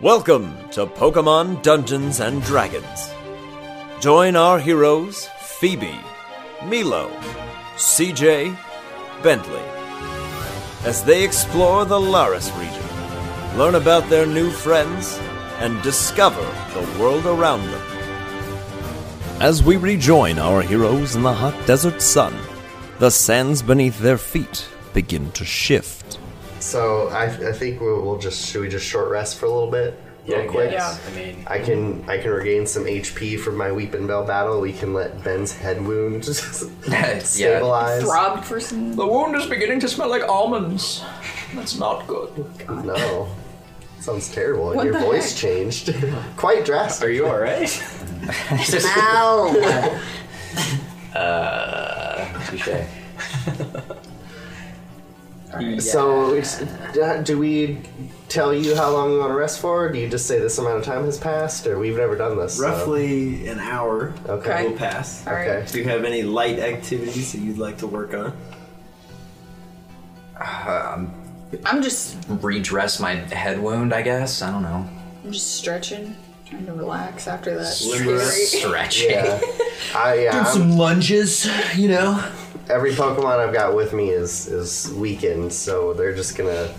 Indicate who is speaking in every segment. Speaker 1: Welcome to Pokemon Dungeons and Dragons. Join our heroes Phoebe, Milo, CJ, Bentley as they explore the Laris region, learn about their new friends, and discover the world around them. As we rejoin our heroes in the hot desert sun, the sands beneath their feet begin to shift.
Speaker 2: So I, I think we'll, we'll just should we just short rest for a little bit, real quick.
Speaker 3: Yeah, I mean,
Speaker 2: I can I can regain some HP from my Weep and Bell battle. We can let Ben's head wound just stabilize.
Speaker 3: throbbed for some.
Speaker 4: The wound is beginning to smell like almonds. That's not good.
Speaker 2: No, sounds terrible.
Speaker 3: What
Speaker 2: Your
Speaker 3: the
Speaker 2: voice
Speaker 3: heck?
Speaker 2: changed quite drastically.
Speaker 5: you all right?
Speaker 6: Ow!
Speaker 2: Uh,
Speaker 5: Touche.
Speaker 2: So it's, uh, do we tell you how long we want to rest for? Or do you just say this amount of time has passed, or we've never done this? so-
Speaker 7: Roughly an hour
Speaker 2: Okay.
Speaker 7: will pass.
Speaker 3: All right.
Speaker 2: Okay.
Speaker 7: Do you have any light activities that you'd like to work on?
Speaker 3: I'm just,
Speaker 5: Redress my head wound, I guess. I don't know.
Speaker 3: I'm just stretching, trying to relax after that. scary-
Speaker 5: Stretching.
Speaker 2: Yeah. I, uh, yeah I'm-
Speaker 7: lunges, you know.
Speaker 2: every Pokemon I've got with me is is weakened, so they're just gonna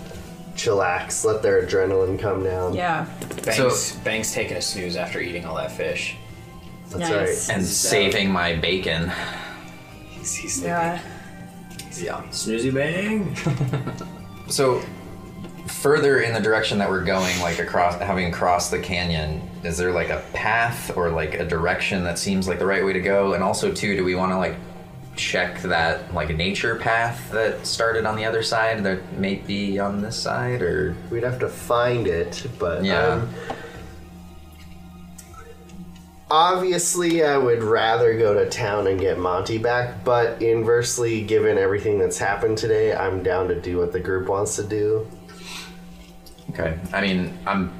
Speaker 2: chillax, let their adrenaline come down.
Speaker 3: Yeah.
Speaker 8: Banks, Banks taking a snooze after eating all that fish.
Speaker 2: that's
Speaker 3: nice.
Speaker 2: right.
Speaker 5: And saving my bacon.
Speaker 8: He's, he's
Speaker 3: Yeah.
Speaker 8: yeah.
Speaker 7: Snoozy bang.
Speaker 5: So, further in the direction that we're going, like across, having crossed the canyon, is there like a path or like a direction that seems like the right way to go? And also, too, do we want to like check that like nature path that started on the other side that may be on this side or
Speaker 2: We'd have to find it, but
Speaker 5: Yeah.
Speaker 2: um, obviously, I would rather go to town and get Monty back. But inversely, given everything that's happened today, I'm down to do what the group wants to do.
Speaker 5: Okay. I mean, I'm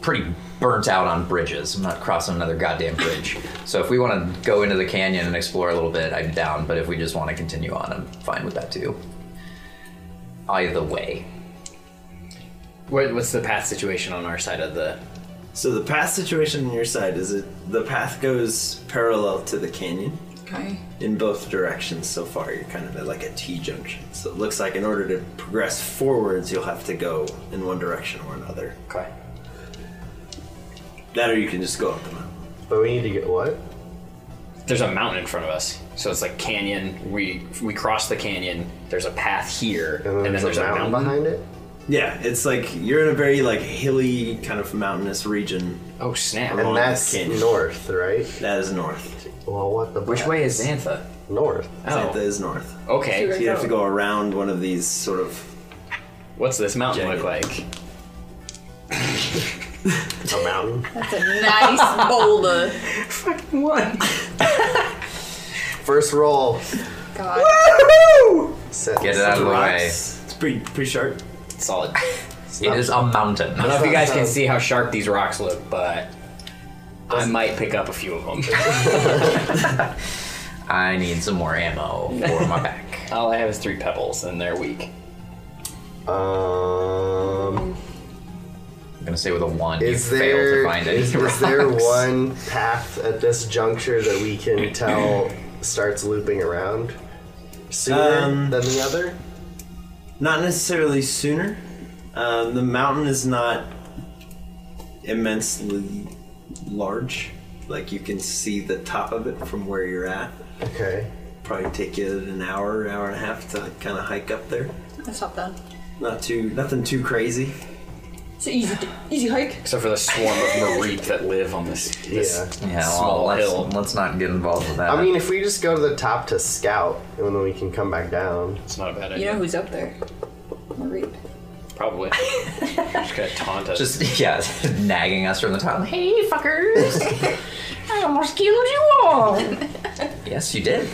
Speaker 5: pretty burnt out on bridges. I'm not crossing another goddamn bridge. so if we want to go into the canyon and explore a little bit, I'm down. But if we just want to continue on, I'm fine with that too. Either way.
Speaker 8: What, what's the path situation on our side of the?
Speaker 7: So the path situation on your side is it the path goes parallel to the canyon
Speaker 3: Okay.
Speaker 7: in both directions so far. You're kind of at like a T junction. So it looks like in order to progress forwards, you'll have to go in one direction or another.
Speaker 8: Okay.
Speaker 7: That or you can just go up the mountain.
Speaker 2: But we need to get what?
Speaker 8: There's a mountain in front of us, so it's like canyon. We we cross the canyon. There's a path here, and then, there's, a mountain.
Speaker 2: behind it.
Speaker 7: Yeah, it's like you're in a very like hilly kind of mountainous region.
Speaker 8: Oh snap!
Speaker 2: And
Speaker 7: Along
Speaker 2: that's
Speaker 7: the canyon.
Speaker 2: north, right?
Speaker 7: That is north.
Speaker 2: Well, what the?
Speaker 8: Which way is Xantha?
Speaker 2: north?
Speaker 7: That
Speaker 8: Oh,
Speaker 7: is north.
Speaker 8: okay.
Speaker 7: So you have to go around one of these sort of
Speaker 8: What's this mountain look like?
Speaker 2: A mountain.
Speaker 3: That's a nice boulder.
Speaker 8: One.
Speaker 2: First roll.
Speaker 3: God.
Speaker 2: Set
Speaker 5: Get it out of the way.
Speaker 7: rocks. It's pretty pretty sharp.
Speaker 8: Solid. I
Speaker 5: It is a mountain.
Speaker 8: don't know if you guys can
Speaker 2: Um,
Speaker 8: see how sharp these rocks look, but I might pick up a few of them.
Speaker 5: I need some more ammo for my back.
Speaker 8: All I have is three pebbles, and they're weak.
Speaker 2: Um,
Speaker 5: I'm gonna say with a one,
Speaker 2: is
Speaker 5: you
Speaker 2: there
Speaker 5: failed to find any
Speaker 2: is, is there
Speaker 5: rocks.
Speaker 2: one path at this juncture that we can tell starts looping around sooner
Speaker 7: Um,
Speaker 2: than the other?
Speaker 7: Not necessarily sooner. Um, the mountain is not immensely large. Like you can see the top of it from where you're at.
Speaker 2: Okay.
Speaker 7: Probably take you an hour, hour and a half to kind of hike up there.
Speaker 3: Let's hop down.
Speaker 7: Not too, nothing too crazy.
Speaker 3: It's an easy, easy hike.
Speaker 8: Except for the swarm of Mareep that live on this, this
Speaker 2: Yeah.
Speaker 5: Yeah, well,
Speaker 8: small
Speaker 5: let's,
Speaker 8: hill.
Speaker 5: let's not get involved with that.
Speaker 2: I mean, if we just go to the top to scout, and then we can come back down.
Speaker 8: It's not a bad
Speaker 3: You
Speaker 8: idea.
Speaker 3: know who's up there? Mareep.
Speaker 8: Probably. Just gonna taunt us.
Speaker 5: just yeah, nagging us from the top. Hey, fuckers! I almost killed you all. yes, you did.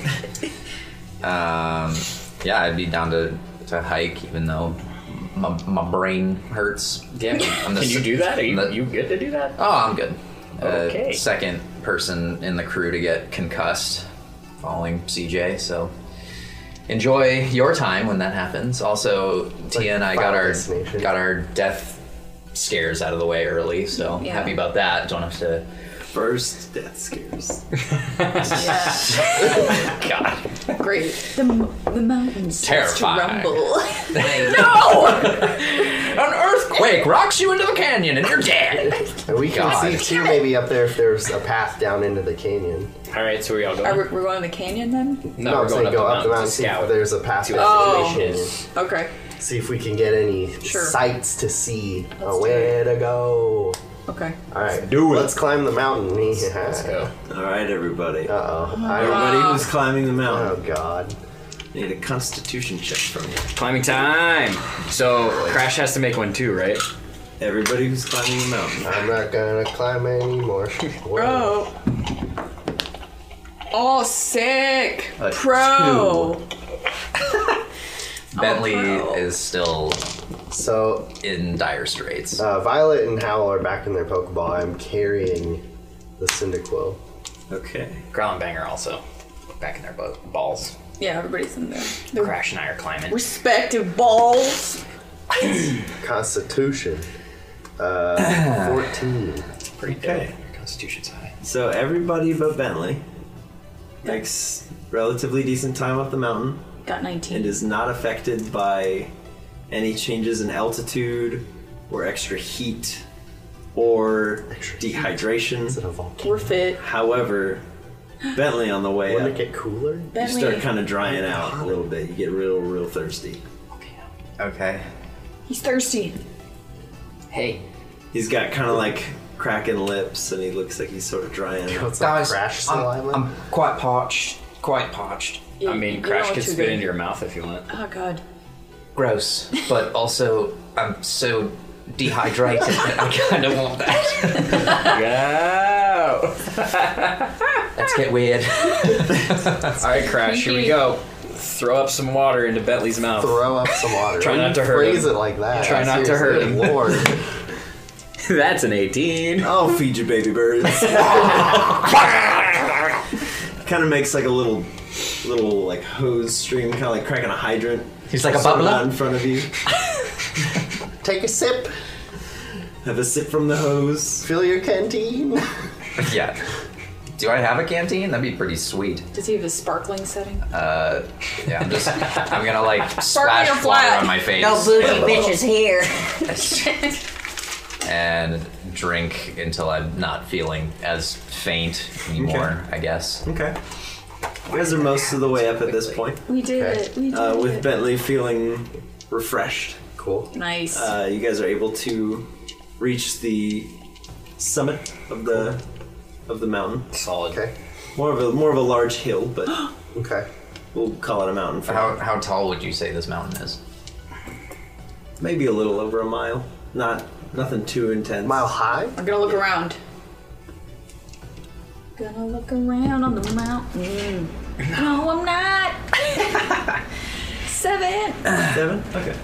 Speaker 5: Um, yeah, I'd be down to, to hike, even though my, my brain hurts.
Speaker 8: Damn,
Speaker 5: I'm the
Speaker 8: can you
Speaker 5: s-
Speaker 8: do that? Are you,
Speaker 5: I'm the-
Speaker 8: you good to do that?
Speaker 5: Oh, I'm good. Uh,
Speaker 8: Okay.
Speaker 5: second person in the crew to get concussed, following CJ. So enjoy your time when that happens. Also, Tia and I got
Speaker 2: final
Speaker 5: our
Speaker 2: destination.
Speaker 5: got our death scares out of the way early. So
Speaker 3: Yeah.
Speaker 5: happy about that. Don't have to.
Speaker 7: First death scares.
Speaker 3: Yeah.
Speaker 5: God,
Speaker 3: Great. The, m- the mountains starts to
Speaker 5: Terrifying.
Speaker 3: rumble. Oh!
Speaker 5: an earthquake rocks you into the canyon and you're dead.
Speaker 2: And we can
Speaker 5: God.
Speaker 2: see too, maybe up there if there's a path down into the canyon.
Speaker 8: All right, so we all
Speaker 3: Are
Speaker 8: going.
Speaker 3: we, we're going to the canyon then?
Speaker 2: I'm
Speaker 8: No, we're going
Speaker 2: saying
Speaker 8: up
Speaker 2: go
Speaker 8: the
Speaker 2: up the
Speaker 8: mountain to
Speaker 2: mountain, see if
Speaker 8: scout.
Speaker 2: there's a path down into
Speaker 3: Oh.
Speaker 2: the canyon.
Speaker 3: Okay.
Speaker 2: See if we can get any
Speaker 3: Sure.
Speaker 2: sights to see. A way to go.
Speaker 3: Okay.
Speaker 2: All right,
Speaker 1: do it.
Speaker 2: Let's climb the mountain.
Speaker 8: Go.
Speaker 7: All right, everybody.
Speaker 2: Uh oh.
Speaker 7: everybody who's climbing the
Speaker 2: Oh
Speaker 7: mountain,
Speaker 2: god.
Speaker 7: need a Constitution check from you.
Speaker 8: Climbing time. So Crash has to make one too, right?
Speaker 7: Everybody who's climbing the mountain.
Speaker 2: I'm not gonna climb anymore. Whoa.
Speaker 3: Oh. Oh, sick.
Speaker 2: Uh,
Speaker 3: Pro.
Speaker 5: Bentley
Speaker 3: no.
Speaker 5: is still
Speaker 2: So
Speaker 5: in dire straits.
Speaker 2: uh, Violet and Howl are back in their Pokeball. I'm carrying the Cyndaquil.
Speaker 7: Okay.
Speaker 8: Growl and Banger also back in their bo- balls.
Speaker 3: Yeah, everybody's in there.
Speaker 8: Crash and I are climbing.
Speaker 3: Respective balls.
Speaker 2: Constitution. Uh, 14.
Speaker 8: Pretty
Speaker 7: Okay.
Speaker 8: dope. Constitution's high.
Speaker 7: So everybody but Bentley makes relatively decent time up the mountain
Speaker 3: Got
Speaker 7: and
Speaker 3: 19.
Speaker 7: is not affected by any changes in altitude or extra heat or
Speaker 2: Is it
Speaker 7: dehydration.
Speaker 2: a volcano?
Speaker 3: We're fit.
Speaker 7: However, Bentley on the way
Speaker 2: Wouldn't
Speaker 7: up,
Speaker 2: it get cooler?
Speaker 7: you start
Speaker 3: Bentley.
Speaker 7: kind of drying out a little bit. You get real, real thirsty.
Speaker 5: Okay.
Speaker 3: He's thirsty.
Speaker 8: Hey,
Speaker 7: He's got kind of like cracking lips and he looks like he's sort of drying out.
Speaker 2: It's like crash saliva.
Speaker 4: I'm quite parched. Quite parched.
Speaker 8: I mean, Crash can spit into your mouth if you want.
Speaker 3: Oh, God.
Speaker 5: Gross, but also I'm so dehydrated that I kind of want that.
Speaker 8: Go!
Speaker 5: Let's get weird.
Speaker 8: All right, Crash, here we go. Throw up some water into Bentley's mouth.
Speaker 2: Throw up some water.
Speaker 8: Try
Speaker 2: When
Speaker 8: not
Speaker 2: you
Speaker 8: to hurt
Speaker 2: Phrase
Speaker 8: him.
Speaker 2: it like that.
Speaker 8: Try not to hurt
Speaker 2: seriously,
Speaker 8: him.
Speaker 2: Lord.
Speaker 8: That's an 18.
Speaker 7: I'll feed you baby birds. kind of makes like a little, little like hose stream, kind of like cracking a hydrant.
Speaker 5: He's like a
Speaker 7: Sort of
Speaker 5: bubbler?
Speaker 7: out in front of you.
Speaker 2: Take a sip.
Speaker 7: Have a sip from the hose.
Speaker 2: Fill your canteen.
Speaker 5: yeah. Do I have a canteen? That'd be pretty sweet.
Speaker 3: Does he have a sparkling setting?
Speaker 7: Uh,
Speaker 5: Yeah, I'm just I'm gonna like
Speaker 3: Sparkling
Speaker 5: splash
Speaker 3: or
Speaker 5: water
Speaker 3: flat?
Speaker 5: on my face
Speaker 3: bitches here.
Speaker 5: and drink until I'm not feeling as faint anymore. I guess.
Speaker 7: Okay. You guys are most of the way up at this point.
Speaker 3: We did
Speaker 2: Okay.
Speaker 3: it. We did
Speaker 7: Uh, with
Speaker 3: it.
Speaker 7: Bentley feeling refreshed,
Speaker 2: Cool.
Speaker 3: nice.
Speaker 7: uh, you guys are able to reach the summit of the of the mountain.
Speaker 8: Solid.
Speaker 2: Okay.
Speaker 7: More of a more of a large hill, but
Speaker 2: Okay.
Speaker 7: we'll call it a mountain for
Speaker 5: How how tall would you say this mountain is?
Speaker 7: maybe a little over a mile. Not nothing too intense.
Speaker 2: Mile high.
Speaker 3: I'm gonna look around. Gonna look around on the mountain. No, I'm not. Seven.
Speaker 7: Seven? Okay.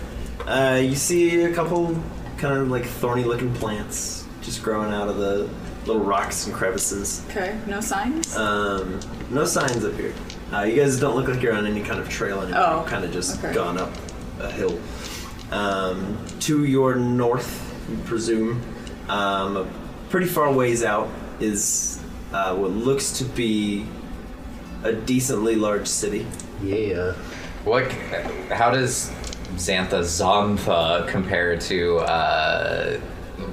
Speaker 7: Uh, you see a couple kind of like thorny looking plants just growing out of the little rocks and crevices.
Speaker 3: Okay, no signs.
Speaker 7: Um, no signs up here. Uh, you guys don't look like you're on any kind of trail anymore.
Speaker 3: Oh,
Speaker 7: kind of just
Speaker 3: okay.
Speaker 7: gone up a hill. Um, to your north, you presume, um, a pretty far ways out is uh, what looks to be a decently large city.
Speaker 2: Yeah.
Speaker 5: What? How does Xantha Zontha compare to uh,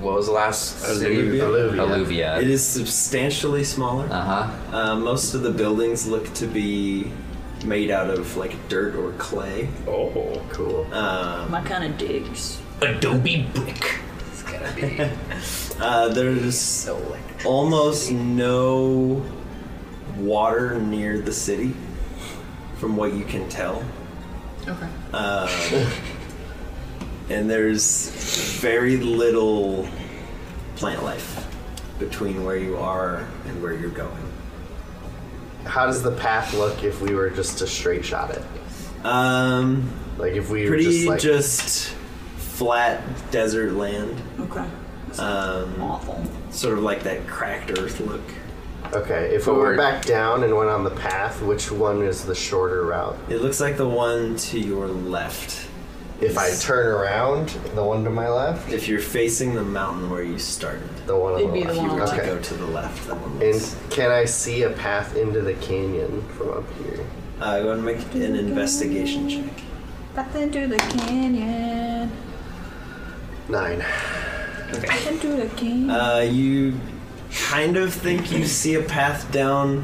Speaker 5: what was the last city?
Speaker 7: Alluvia.
Speaker 5: Alluvia.
Speaker 7: It is substantially smaller.
Speaker 5: Uh huh.
Speaker 7: Uh, most of the buildings look to be made out of like dirt or clay.
Speaker 8: Oh.
Speaker 2: Cool.
Speaker 3: My kind of digs.
Speaker 5: Adobe brick.
Speaker 8: It's gotta be
Speaker 7: Uh, there's
Speaker 8: so electric.
Speaker 7: almost no water near the city, from what you can tell. Um,
Speaker 3: Okay.
Speaker 7: And there's very little plant life between where you are and where you're going.
Speaker 2: How does the path look if we were just to straight shot it?
Speaker 7: Um,
Speaker 2: Like if we
Speaker 7: pretty
Speaker 2: were just like
Speaker 7: just flat desert land,
Speaker 3: Okay.
Speaker 7: um,
Speaker 3: Awful.
Speaker 7: sort of like that cracked earth look.
Speaker 2: okay, if we were
Speaker 5: forward.
Speaker 2: back down and went on the path, which one is the shorter route?
Speaker 7: It looks like the one to your left
Speaker 2: If I turn around, the one to my left,
Speaker 7: If you're facing the mountain where you started,
Speaker 2: the one on
Speaker 3: It'd
Speaker 2: the
Speaker 3: be the
Speaker 2: left.
Speaker 7: if you
Speaker 3: one.
Speaker 7: were to
Speaker 2: Okay.
Speaker 7: go to the left, that one
Speaker 2: And
Speaker 7: looks.
Speaker 2: can I see a path into the canyon from up here?
Speaker 7: Uh, go ahead and make an investigation check.
Speaker 3: Back into the canyon.
Speaker 2: Nine.
Speaker 3: Back into the canyon.
Speaker 7: Uh, you kind of think you see a path down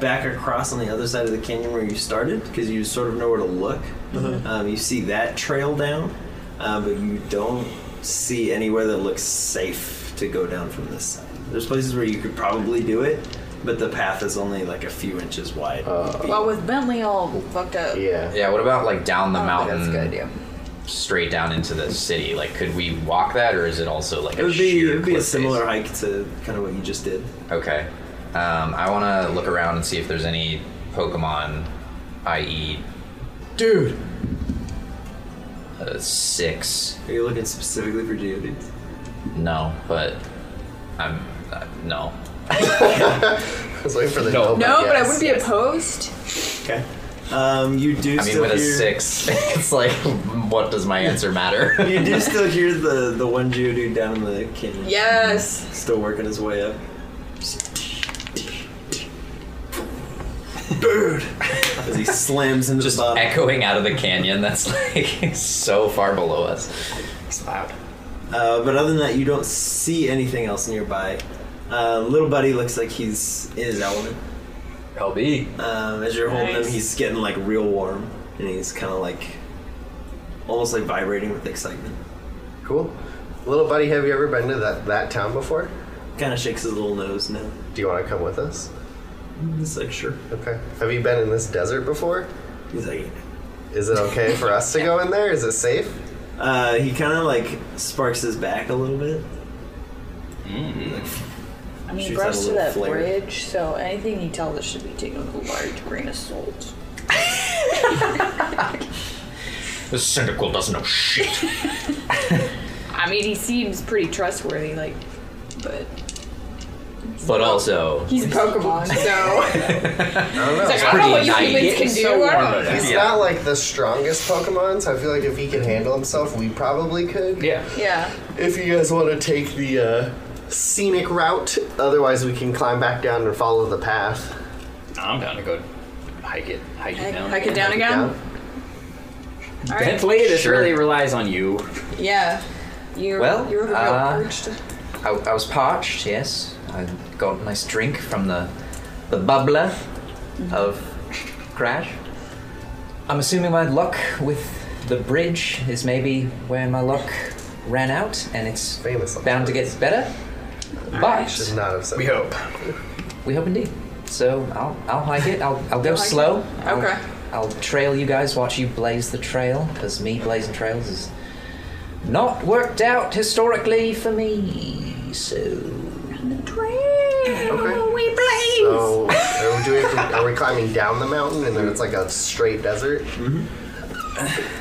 Speaker 7: back across on the other side of the canyon where you started because you sort of know where to look. Um, you see that trail down, uh, but you don't see anywhere that looks safe to go down from this side. There's places where you could probably do it, but the path is only like a few inches wide.
Speaker 3: well, with Bentley all fucked up.
Speaker 2: Yeah.
Speaker 5: Yeah, what about like down the
Speaker 7: Oh,
Speaker 3: I don't
Speaker 5: mountain?
Speaker 3: think that's a good idea.
Speaker 5: Straight down into the city. Like, could we walk that, or is it also like
Speaker 7: it
Speaker 5: a
Speaker 7: would be
Speaker 5: sheer
Speaker 7: it would be a
Speaker 5: cliff face?
Speaker 7: similar hike to kind of what you just did.
Speaker 5: Okay. Um, I want to look around and see if there's any Pokemon, i.e.,
Speaker 6: Dude,
Speaker 5: uh, six.
Speaker 7: Are you looking specifically for geodudes?
Speaker 5: No, but I'm uh, no.
Speaker 2: I was waiting for the no,
Speaker 5: No.
Speaker 3: No, but I
Speaker 2: yes.
Speaker 3: wouldn't be opposed.
Speaker 7: Okay. Um, you
Speaker 5: I
Speaker 7: do
Speaker 5: mean,
Speaker 7: still
Speaker 5: with a
Speaker 7: hear-
Speaker 5: six, it's like, what does my answer matter?
Speaker 7: You do still hear the, the one Geodude down in the canyon.
Speaker 3: Yes.
Speaker 7: Still working his way up. Dude! As he slams into
Speaker 5: Just
Speaker 7: the bottom.
Speaker 5: echoing out of the canyon. That's like so far below us. It's loud.
Speaker 7: Uh, but other than that, you don't see anything else nearby. Uh, little buddy looks like he's in his element.
Speaker 5: LB.
Speaker 7: Um, as you're holding him,
Speaker 3: Nice.
Speaker 7: he's getting like real warm, and he's kind of like almost like vibrating with excitement.
Speaker 2: Cool. Little buddy, have you ever been to that, that town before?
Speaker 7: Kind of shakes his little nose now.
Speaker 2: Do you want to come with us?
Speaker 7: He's like, sure.
Speaker 2: Okay. Have you been in this desert before?
Speaker 7: He's like,
Speaker 2: Is it okay for us to go in there? Is it safe?
Speaker 7: Uh, he kind of like sparks his back a little bit.
Speaker 3: I mean,
Speaker 7: Shoots out a
Speaker 3: brush to
Speaker 7: little
Speaker 3: that
Speaker 7: flare.
Speaker 3: bridge, so anything he tells us should be taken with a large grain of salt.
Speaker 5: The cynical doesn't know shit.
Speaker 3: I mean, he seems pretty trustworthy, like, but
Speaker 5: But also,
Speaker 3: he's Pokemon, so
Speaker 2: I don't know.
Speaker 3: I don't know what you humans can do. I don't know.
Speaker 2: He's not like the strongest Pokemon, so I feel like if he could handle himself, we probably could.
Speaker 8: Yeah.
Speaker 3: Yeah.
Speaker 2: If you guys want to take the uh, scenic route, otherwise we can climb back down and follow the path.
Speaker 8: I'm down to go hike it, hike it down.
Speaker 3: Hike it down again.
Speaker 2: Down.
Speaker 3: All right.
Speaker 8: Bentley, this
Speaker 5: Sure.
Speaker 8: really relies on you.
Speaker 3: Yeah. You're,
Speaker 5: Well,
Speaker 3: you're real
Speaker 5: uh,
Speaker 3: perched.
Speaker 5: I, I was parched, yes. I got a nice drink from the the bubbler of Crash. I'm assuming my luck with the bridge is maybe where my luck ran out, and it's
Speaker 2: Famous luck.
Speaker 5: bound to get better. But
Speaker 2: Should not have said.
Speaker 8: hope.
Speaker 5: we hope indeed. So I'll I'll hike it. I'll I'll go
Speaker 3: hike it.
Speaker 5: slow.
Speaker 6: oh.
Speaker 5: I'll-
Speaker 3: Okay.
Speaker 5: I'll trail you guys. Watch you blaze the trail, because me blazing trails is not worked out historically for me. So.
Speaker 2: Okay.
Speaker 3: We blaze.
Speaker 2: So are we, doing, are we climbing down the mountain and then it's like a straight desert?
Speaker 3: We're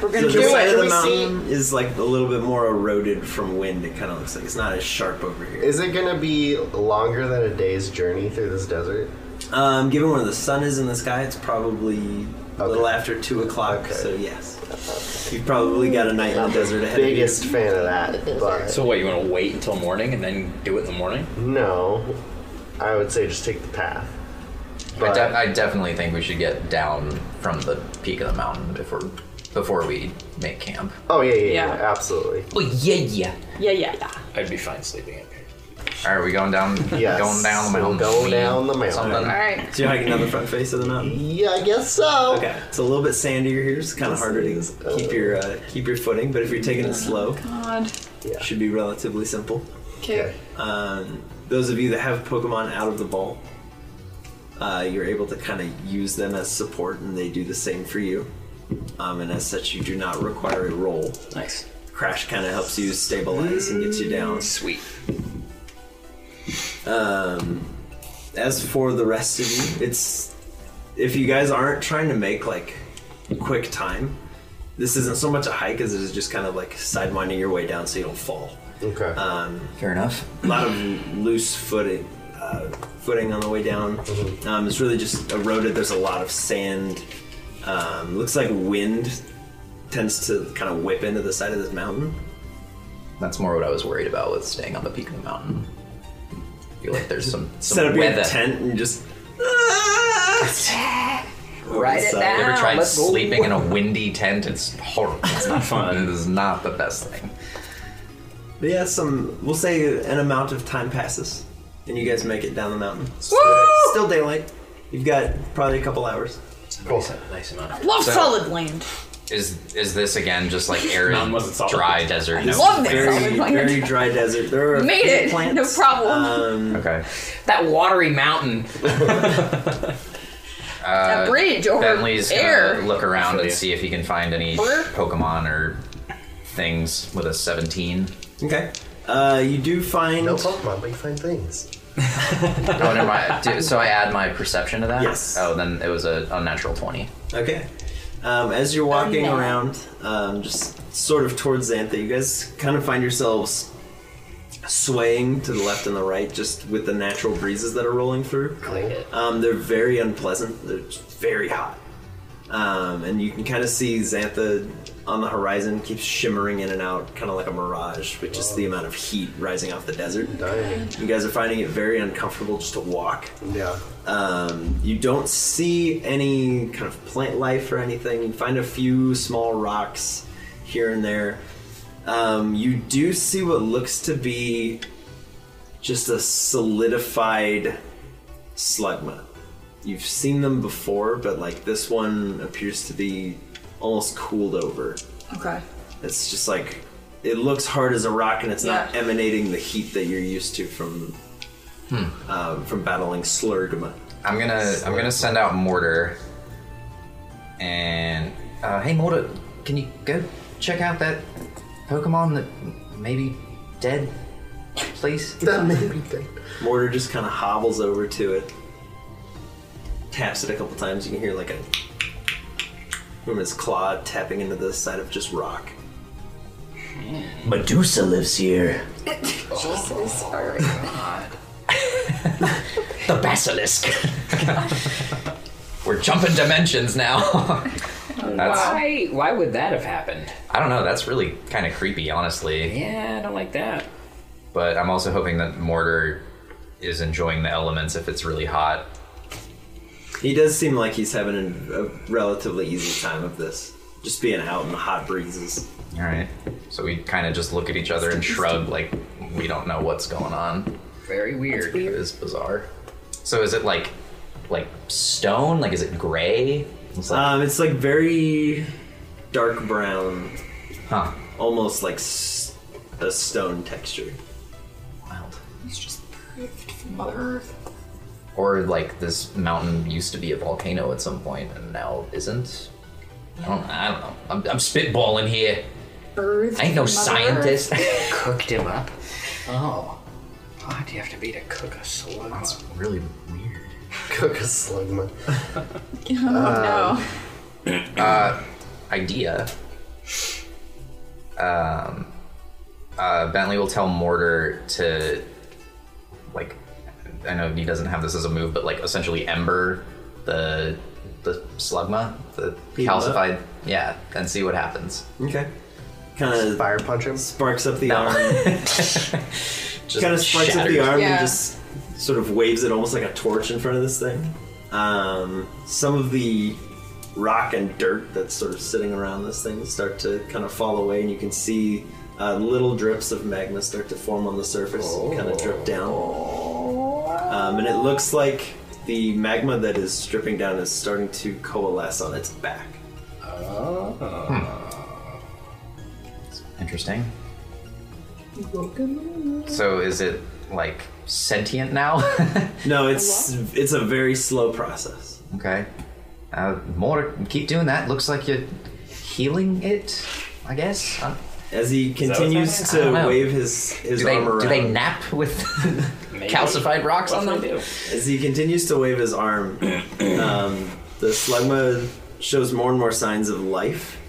Speaker 7: So
Speaker 3: gonna
Speaker 7: the
Speaker 3: do
Speaker 7: side
Speaker 3: it.
Speaker 7: of the
Speaker 2: we see-
Speaker 7: mountain is like a little bit more eroded from wind. It kind of looks like it's not as sharp over here.
Speaker 2: Is it gonna be longer than a day's journey through this desert?
Speaker 7: Um, given where the sun is in the sky, it's probably a little
Speaker 2: Okay.
Speaker 7: after two o'clock.
Speaker 2: Okay.
Speaker 7: So yes, you've probably got a night in the desert ahead.
Speaker 2: Biggest fan of that, but
Speaker 8: So what? You want to wait until morning and then do it in the morning?
Speaker 2: no. I would say just take the path.
Speaker 5: I,
Speaker 2: But-
Speaker 5: de- I definitely think we should get down from the peak of the mountain before before we make camp.
Speaker 2: Oh yeah, yeah, yeah,
Speaker 3: Yeah.
Speaker 2: absolutely.
Speaker 5: Oh yeah, yeah.
Speaker 3: Yeah, yeah, yeah.
Speaker 8: I'd be fine sleeping in here.
Speaker 5: All right, we going down?
Speaker 2: Yes,
Speaker 5: going down the
Speaker 2: we'll
Speaker 5: mountain.
Speaker 2: go
Speaker 5: We-
Speaker 2: down the mountain.
Speaker 5: Something.
Speaker 3: All right.
Speaker 7: So you're hiking down the front face of the mountain.
Speaker 2: Yeah, I guess so.
Speaker 7: Okay, it's a little bit sandier here. It's kind of harder to keep your uh, keep your footing. But if you're taking it slow,
Speaker 3: God.
Speaker 7: it should be relatively simple.
Speaker 3: Okay.
Speaker 7: Um, those of you that have Pokemon out of the ball, uh, you're able to kind of use them as support, and they do the same for you. Um, and as such, you do not require a roll.
Speaker 8: Nice.
Speaker 7: Crash kind of helps you stabilize and gets you down.
Speaker 8: Sweet.
Speaker 7: As for the rest of you, it's if you guys aren't trying to make like quick time, this isn't so much a hike as it is just kind of like sidewinding your way down so you don't fall.
Speaker 2: Okay.
Speaker 5: Fair enough.
Speaker 7: a lot of loose footing, uh, footing on the way down.
Speaker 5: Mm-hmm.
Speaker 7: Um, it's really just eroded. There's a lot of sand. Um, looks like wind tends to kind of whip into the side of this mountain.
Speaker 5: That's more what I was worried about with staying on the peak of the mountain. I feel like there's some,
Speaker 7: Instead
Speaker 5: some
Speaker 7: of being
Speaker 5: weather.
Speaker 7: a tent and just
Speaker 5: Right
Speaker 7: it down,
Speaker 5: You ever tried
Speaker 4: let's go.
Speaker 5: sleeping in a windy tent? It's horrible. It's not fun. it is not the best thing.
Speaker 7: But yeah, some we'll say an amount of time passes, and you guys make it down the mountain. Still, still daylight. You've got probably a couple hours.
Speaker 8: Nice, nice amount.
Speaker 3: Love
Speaker 5: So-
Speaker 3: solid land.
Speaker 5: Is is this again just like arid,
Speaker 8: Mountain wasn't solid.
Speaker 5: dry desert? No.
Speaker 3: Love this
Speaker 7: Very,
Speaker 3: solid land.
Speaker 7: very dry desert. There are a
Speaker 3: Made
Speaker 7: few
Speaker 3: it.
Speaker 7: Plants.
Speaker 3: No problem.
Speaker 7: Um,
Speaker 5: Okay.
Speaker 8: That watery mountain.
Speaker 3: a bridge over
Speaker 5: Bentley's
Speaker 3: air.
Speaker 5: gonna look around and see if he can find any
Speaker 3: Blur.
Speaker 5: Pokemon or things with a 17.
Speaker 7: okay. Uh, you do find
Speaker 2: No Pokemon, but you find things.
Speaker 5: Oh, never mind. Do- so I add my perception to that.
Speaker 7: Yes.
Speaker 5: Oh, then it was a unnatural 20.
Speaker 7: Okay. Um, as you're walking
Speaker 3: no.
Speaker 7: around, um, just sort of towards Xantha, you guys kind of find yourselves swaying to the left and the right just with the natural breezes that are rolling through. Um, they're very unpleasant. They're just very hot. Um, and you can kind of see Xantha on the horizon keeps shimmering in and out, kind of like a mirage, with just the amount of heat rising off the desert.
Speaker 2: Dang.
Speaker 7: You guys are finding it very uncomfortable just to walk.
Speaker 2: Yeah.
Speaker 7: Um, you don't see any kind of plant life or anything. You find a few small rocks here and there. Um, you do see what looks to be just a solidified slugma. You've seen them before, but like this one appears to be almost cooled over.
Speaker 3: Okay.
Speaker 7: It's just like it looks hard as a rock, and it's not
Speaker 3: Yeah.
Speaker 7: emanating the heat that you're used to from um, from battling Slurgma.
Speaker 5: I'm gonna I'm gonna send out Mortar. And uh, hey Mortar, can you go check out that Pokemon that maybe dead, please?
Speaker 2: That may be dead.
Speaker 7: Mortar just kind of hobbles over to it, taps it a couple times. You can hear like a from his claw tapping into the side of just rock. Medusa lives here.
Speaker 3: Jesus. All right.
Speaker 5: The basilisk. We're jumping dimensions now. that's
Speaker 8: Why? Why would that have happened?
Speaker 5: I don't know. That's really kind of creepy, honestly.
Speaker 8: Yeah, I don't like that.
Speaker 5: But I'm also hoping that Mortar is enjoying the elements if it's really hot.
Speaker 7: He does seem like he's having a, a relatively easy time of this, just being out in the hot breezes.
Speaker 5: All right. So we kind of just look at each other and shrug, like we don't know what's going on.
Speaker 8: Very weird.
Speaker 5: It is bizarre. So is it like, like stone? Like is it gray? It's like,
Speaker 7: Um, it's like very dark brown,
Speaker 5: huh?
Speaker 7: almost like s- a stone texture.
Speaker 5: Wild.
Speaker 3: He's just perfect for Mother Earth.
Speaker 5: Or like this mountain used to be a volcano at some point and now isn't. I don't. I don't know. I'm, I'm spitballing here.
Speaker 3: Earth.
Speaker 5: I ain't no
Speaker 3: Mother Earth.
Speaker 5: scientist.
Speaker 8: Cooked him up. Oh. Why do you have to be to cook a slug?
Speaker 5: That's really weird.
Speaker 2: Cook a slugma.
Speaker 3: Oh, no.
Speaker 5: idea. Um, uh, Bentley will tell Mortar to, like, I know he doesn't have this as a move, but like essentially ember the the slugma, the
Speaker 7: Heat it up.
Speaker 5: calcified, yeah, and see what happens.
Speaker 7: Okay. Kind of
Speaker 2: Fire punch him.
Speaker 7: sparks up the
Speaker 5: No.
Speaker 7: arm.
Speaker 5: Just
Speaker 7: kind of sparks up the
Speaker 5: shatters.
Speaker 7: arm
Speaker 3: Yeah.
Speaker 7: and just sort of waves it almost like a torch in front of this thing. Um, some of the rock and dirt that's sort of sitting around this thing start to kind of fall away, and you can see uh, little drips of magma start to form on the surface and kind of drip down. Um, and it looks like the magma that is dripping down is starting to coalesce on its back.
Speaker 5: Interesting. So is it like sentient now?
Speaker 7: No, it's it's a very slow process.
Speaker 5: Okay. Uh, more. Keep doing that. Looks like you're healing it. I guess. Uh,
Speaker 7: As he
Speaker 8: what's
Speaker 7: continues
Speaker 5: happening? I
Speaker 7: to
Speaker 5: don't know.
Speaker 7: wave his his
Speaker 5: do they
Speaker 7: arm around.
Speaker 5: do they nap with calcified rocks on them?
Speaker 7: As he continues to wave his arm, um, the slugma shows more and more signs of life,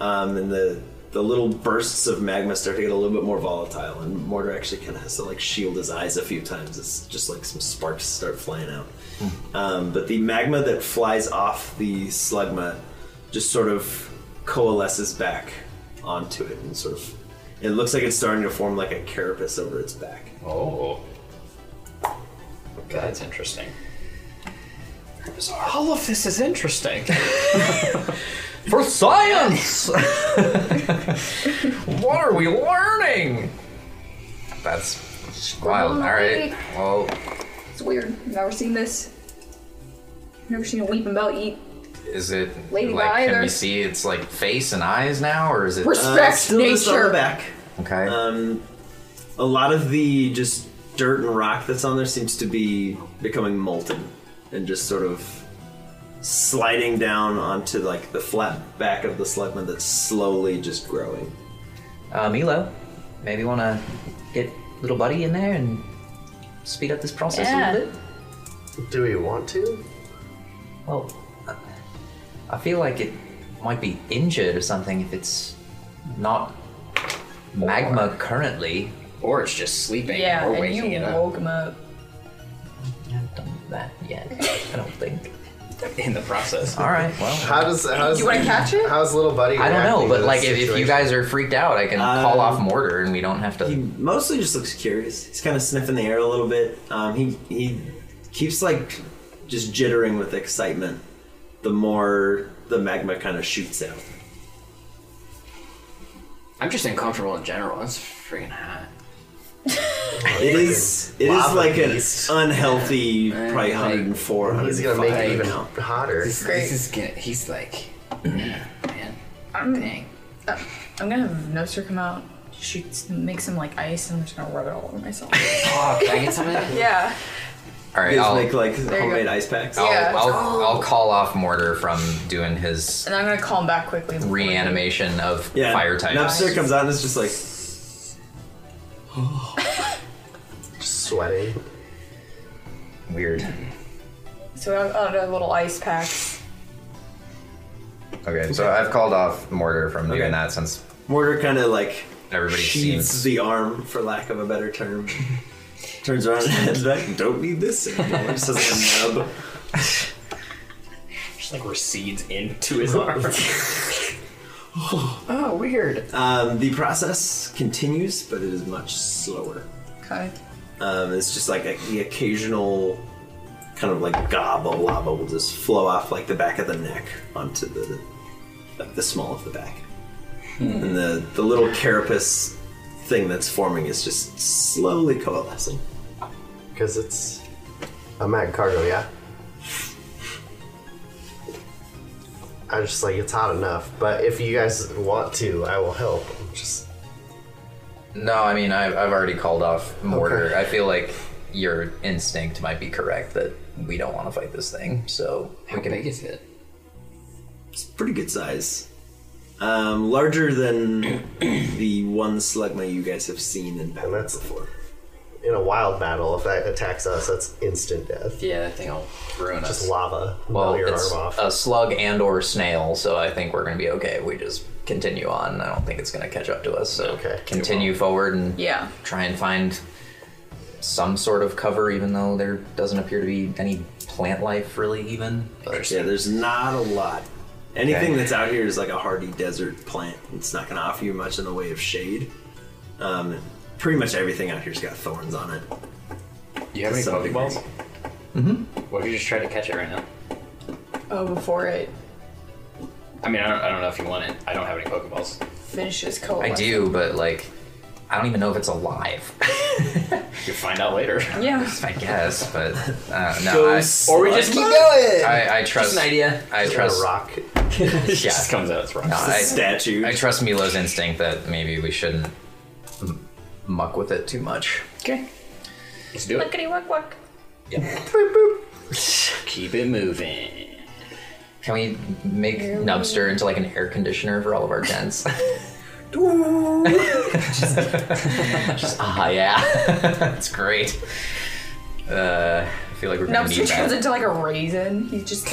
Speaker 7: um, and the the little bursts of magma start to get a little bit more volatile. And Mortar actually kind of has to like shield his eyes a few times. It's just like some sparks start flying out. Um, but the magma that flies off the slugma just sort of coalesces back onto it and sort of. It looks like it's starting to form like a carapace over its back.
Speaker 8: Oh. Okay, that's interesting. Bizarre. All of this is interesting.
Speaker 5: For science! what are we learning? That's wild. All right. Well,
Speaker 3: It's weird. Never seen this. Never seen a weeping bell eat.
Speaker 5: is it
Speaker 3: Lady
Speaker 5: like can we
Speaker 3: Godiva.
Speaker 5: see its like face and eyes now, or is it
Speaker 7: Uh,
Speaker 3: Respect
Speaker 7: still just on the
Speaker 3: nature.
Speaker 7: back.
Speaker 5: okay?
Speaker 7: Um, a lot of the just dirt and rock that's on there seems to be becoming molten and just sort of sliding down onto like the flat back of the slugman that's slowly just growing.
Speaker 5: Uh, Milo, maybe want to get little buddy in there and speed up this process
Speaker 3: Yeah.
Speaker 5: a little bit.
Speaker 2: Do we want to?
Speaker 5: Well, I feel like it might be injured or something if it's not magma currently.
Speaker 8: or it's just sleeping
Speaker 3: Yeah,
Speaker 8: or
Speaker 3: and
Speaker 8: waking
Speaker 3: you
Speaker 8: it up
Speaker 3: woke him up.
Speaker 5: I haven't done that yet. I don't think.
Speaker 8: in the process.
Speaker 5: All right. Well,
Speaker 2: How does how does
Speaker 3: You want to catch it?
Speaker 2: how's little buddy?
Speaker 5: I don't know,
Speaker 2: reacting to
Speaker 5: but
Speaker 2: this
Speaker 5: like if, if you
Speaker 2: situation?
Speaker 5: guys are freaked out, I can call
Speaker 7: Um,
Speaker 5: off mortar and we don't have
Speaker 7: He
Speaker 5: to.
Speaker 7: mostly just looks curious. He's kind of sniffing the air a little bit. Um, he he keeps like just jittering with excitement. The more the magma kind of shoots out.
Speaker 8: I'm just uncomfortable in general. That's freaking hot.
Speaker 7: It is it is
Speaker 2: Lava
Speaker 7: like an
Speaker 2: beast.
Speaker 7: unhealthy,
Speaker 8: Man,
Speaker 7: probably
Speaker 8: like-
Speaker 7: 104,
Speaker 2: he's gonna make it
Speaker 7: 105
Speaker 2: even
Speaker 7: now.
Speaker 2: hotter.
Speaker 8: This,
Speaker 3: Great.
Speaker 8: this is gonna, he's like, yeah, man,
Speaker 3: Mm.
Speaker 8: dang.
Speaker 3: Uh. I'm gonna have Noster come out. Shoot, make some like ice, and I'm just gonna rub it all over myself.
Speaker 8: Oh, can I get some of that?
Speaker 3: yeah.
Speaker 5: All right.
Speaker 7: They just
Speaker 5: I'll,
Speaker 7: make like
Speaker 3: you
Speaker 7: homemade
Speaker 3: go.
Speaker 7: ice packs.
Speaker 5: I'll,
Speaker 3: Yeah.
Speaker 5: I'll, I'll call off mortar from doing his
Speaker 3: And I'm gonna call him back quickly. before we-
Speaker 5: reanimation of
Speaker 7: Yeah.
Speaker 5: fire types.
Speaker 7: Napster comes out and it's just like,
Speaker 2: Sweating.
Speaker 5: Weird.
Speaker 3: So I'm out of little ice packs.
Speaker 5: Okay, so I've called off mortar from doing
Speaker 7: Okay.
Speaker 5: that since
Speaker 7: Mortar kind of like
Speaker 5: everybody
Speaker 7: sheathes
Speaker 5: seems.
Speaker 7: the arm, for lack of a better term. Turns around and heads back. Don't need this anymore. Just has like a nub.
Speaker 8: Just like recedes into his arm. oh, weird.
Speaker 7: Um, the process continues, but it is much slower.
Speaker 3: Okay.
Speaker 7: Um, it's just like a, the occasional kind of like gob of lava will just flow off like the back of the neck onto the like the small of the back,
Speaker 1: Hmm.
Speaker 7: and the the little carapace thing that's forming is just slowly coalescing.
Speaker 2: Because it's a mag cargo, yeah? I'm just like, it's hot enough. But if you guys want to, I will help. I'm just.
Speaker 5: No, I mean I've, I've already called off mortar.
Speaker 2: Okay.
Speaker 5: I feel like your instinct might be correct that we don't want to fight this thing. So
Speaker 8: How big is it?
Speaker 7: It's pretty good size, um, larger than the one slugma you guys have seen in
Speaker 2: And
Speaker 7: Pema.
Speaker 2: that's in a wild battle. If that attacks us, that's instant death.
Speaker 8: Yeah, that thing will ruin
Speaker 2: Just
Speaker 8: us.
Speaker 2: lava.
Speaker 5: well,
Speaker 2: Melt your
Speaker 5: it's
Speaker 2: arm off.
Speaker 5: a slug and or snail. So I think we're gonna be okay. We just continue on. I don't think it's gonna catch up to us. So
Speaker 2: Okay.
Speaker 5: continue forward and
Speaker 3: Yeah.
Speaker 5: try and find some sort of cover, even though there doesn't appear to be any plant life really. Even but
Speaker 7: Yeah, there's not a lot. Anything
Speaker 5: Okay.
Speaker 7: that's out here is like a hardy desert plant. It's not going to offer you much in the way of shade. Um, pretty much everything out here's got thorns on it.
Speaker 8: Do you have any
Speaker 7: Some
Speaker 8: Pokeballs? Mm-hmm. What if you just try to catch it right now?
Speaker 3: Oh, before it
Speaker 8: I mean, I don't, I don't know if you want it. I don't have any Pokeballs.
Speaker 3: finishes cold.
Speaker 5: I do, but like, I don't even know if it's alive.
Speaker 8: You'll find out later.
Speaker 3: Yeah.
Speaker 5: I guess, but uh, no. I,
Speaker 8: Or we just keep going.
Speaker 5: I, I trust.
Speaker 8: an idea.
Speaker 5: I trust.
Speaker 2: a rock.
Speaker 8: It just comes out. It's wrong.
Speaker 5: No, I,
Speaker 7: Statue.
Speaker 5: I trust Milo's instinct that maybe we shouldn't m- muck with it too much.
Speaker 8: Okay. Let's do it.
Speaker 3: Lickety wuck wuck.
Speaker 8: Keep it moving.
Speaker 5: Can we make Nubster into like an air conditioner for all of our dents? Just ah yeah, that's great. Uh, I feel like we're gonna
Speaker 3: Nubster
Speaker 5: need that.
Speaker 3: turns into like a raisin. He's just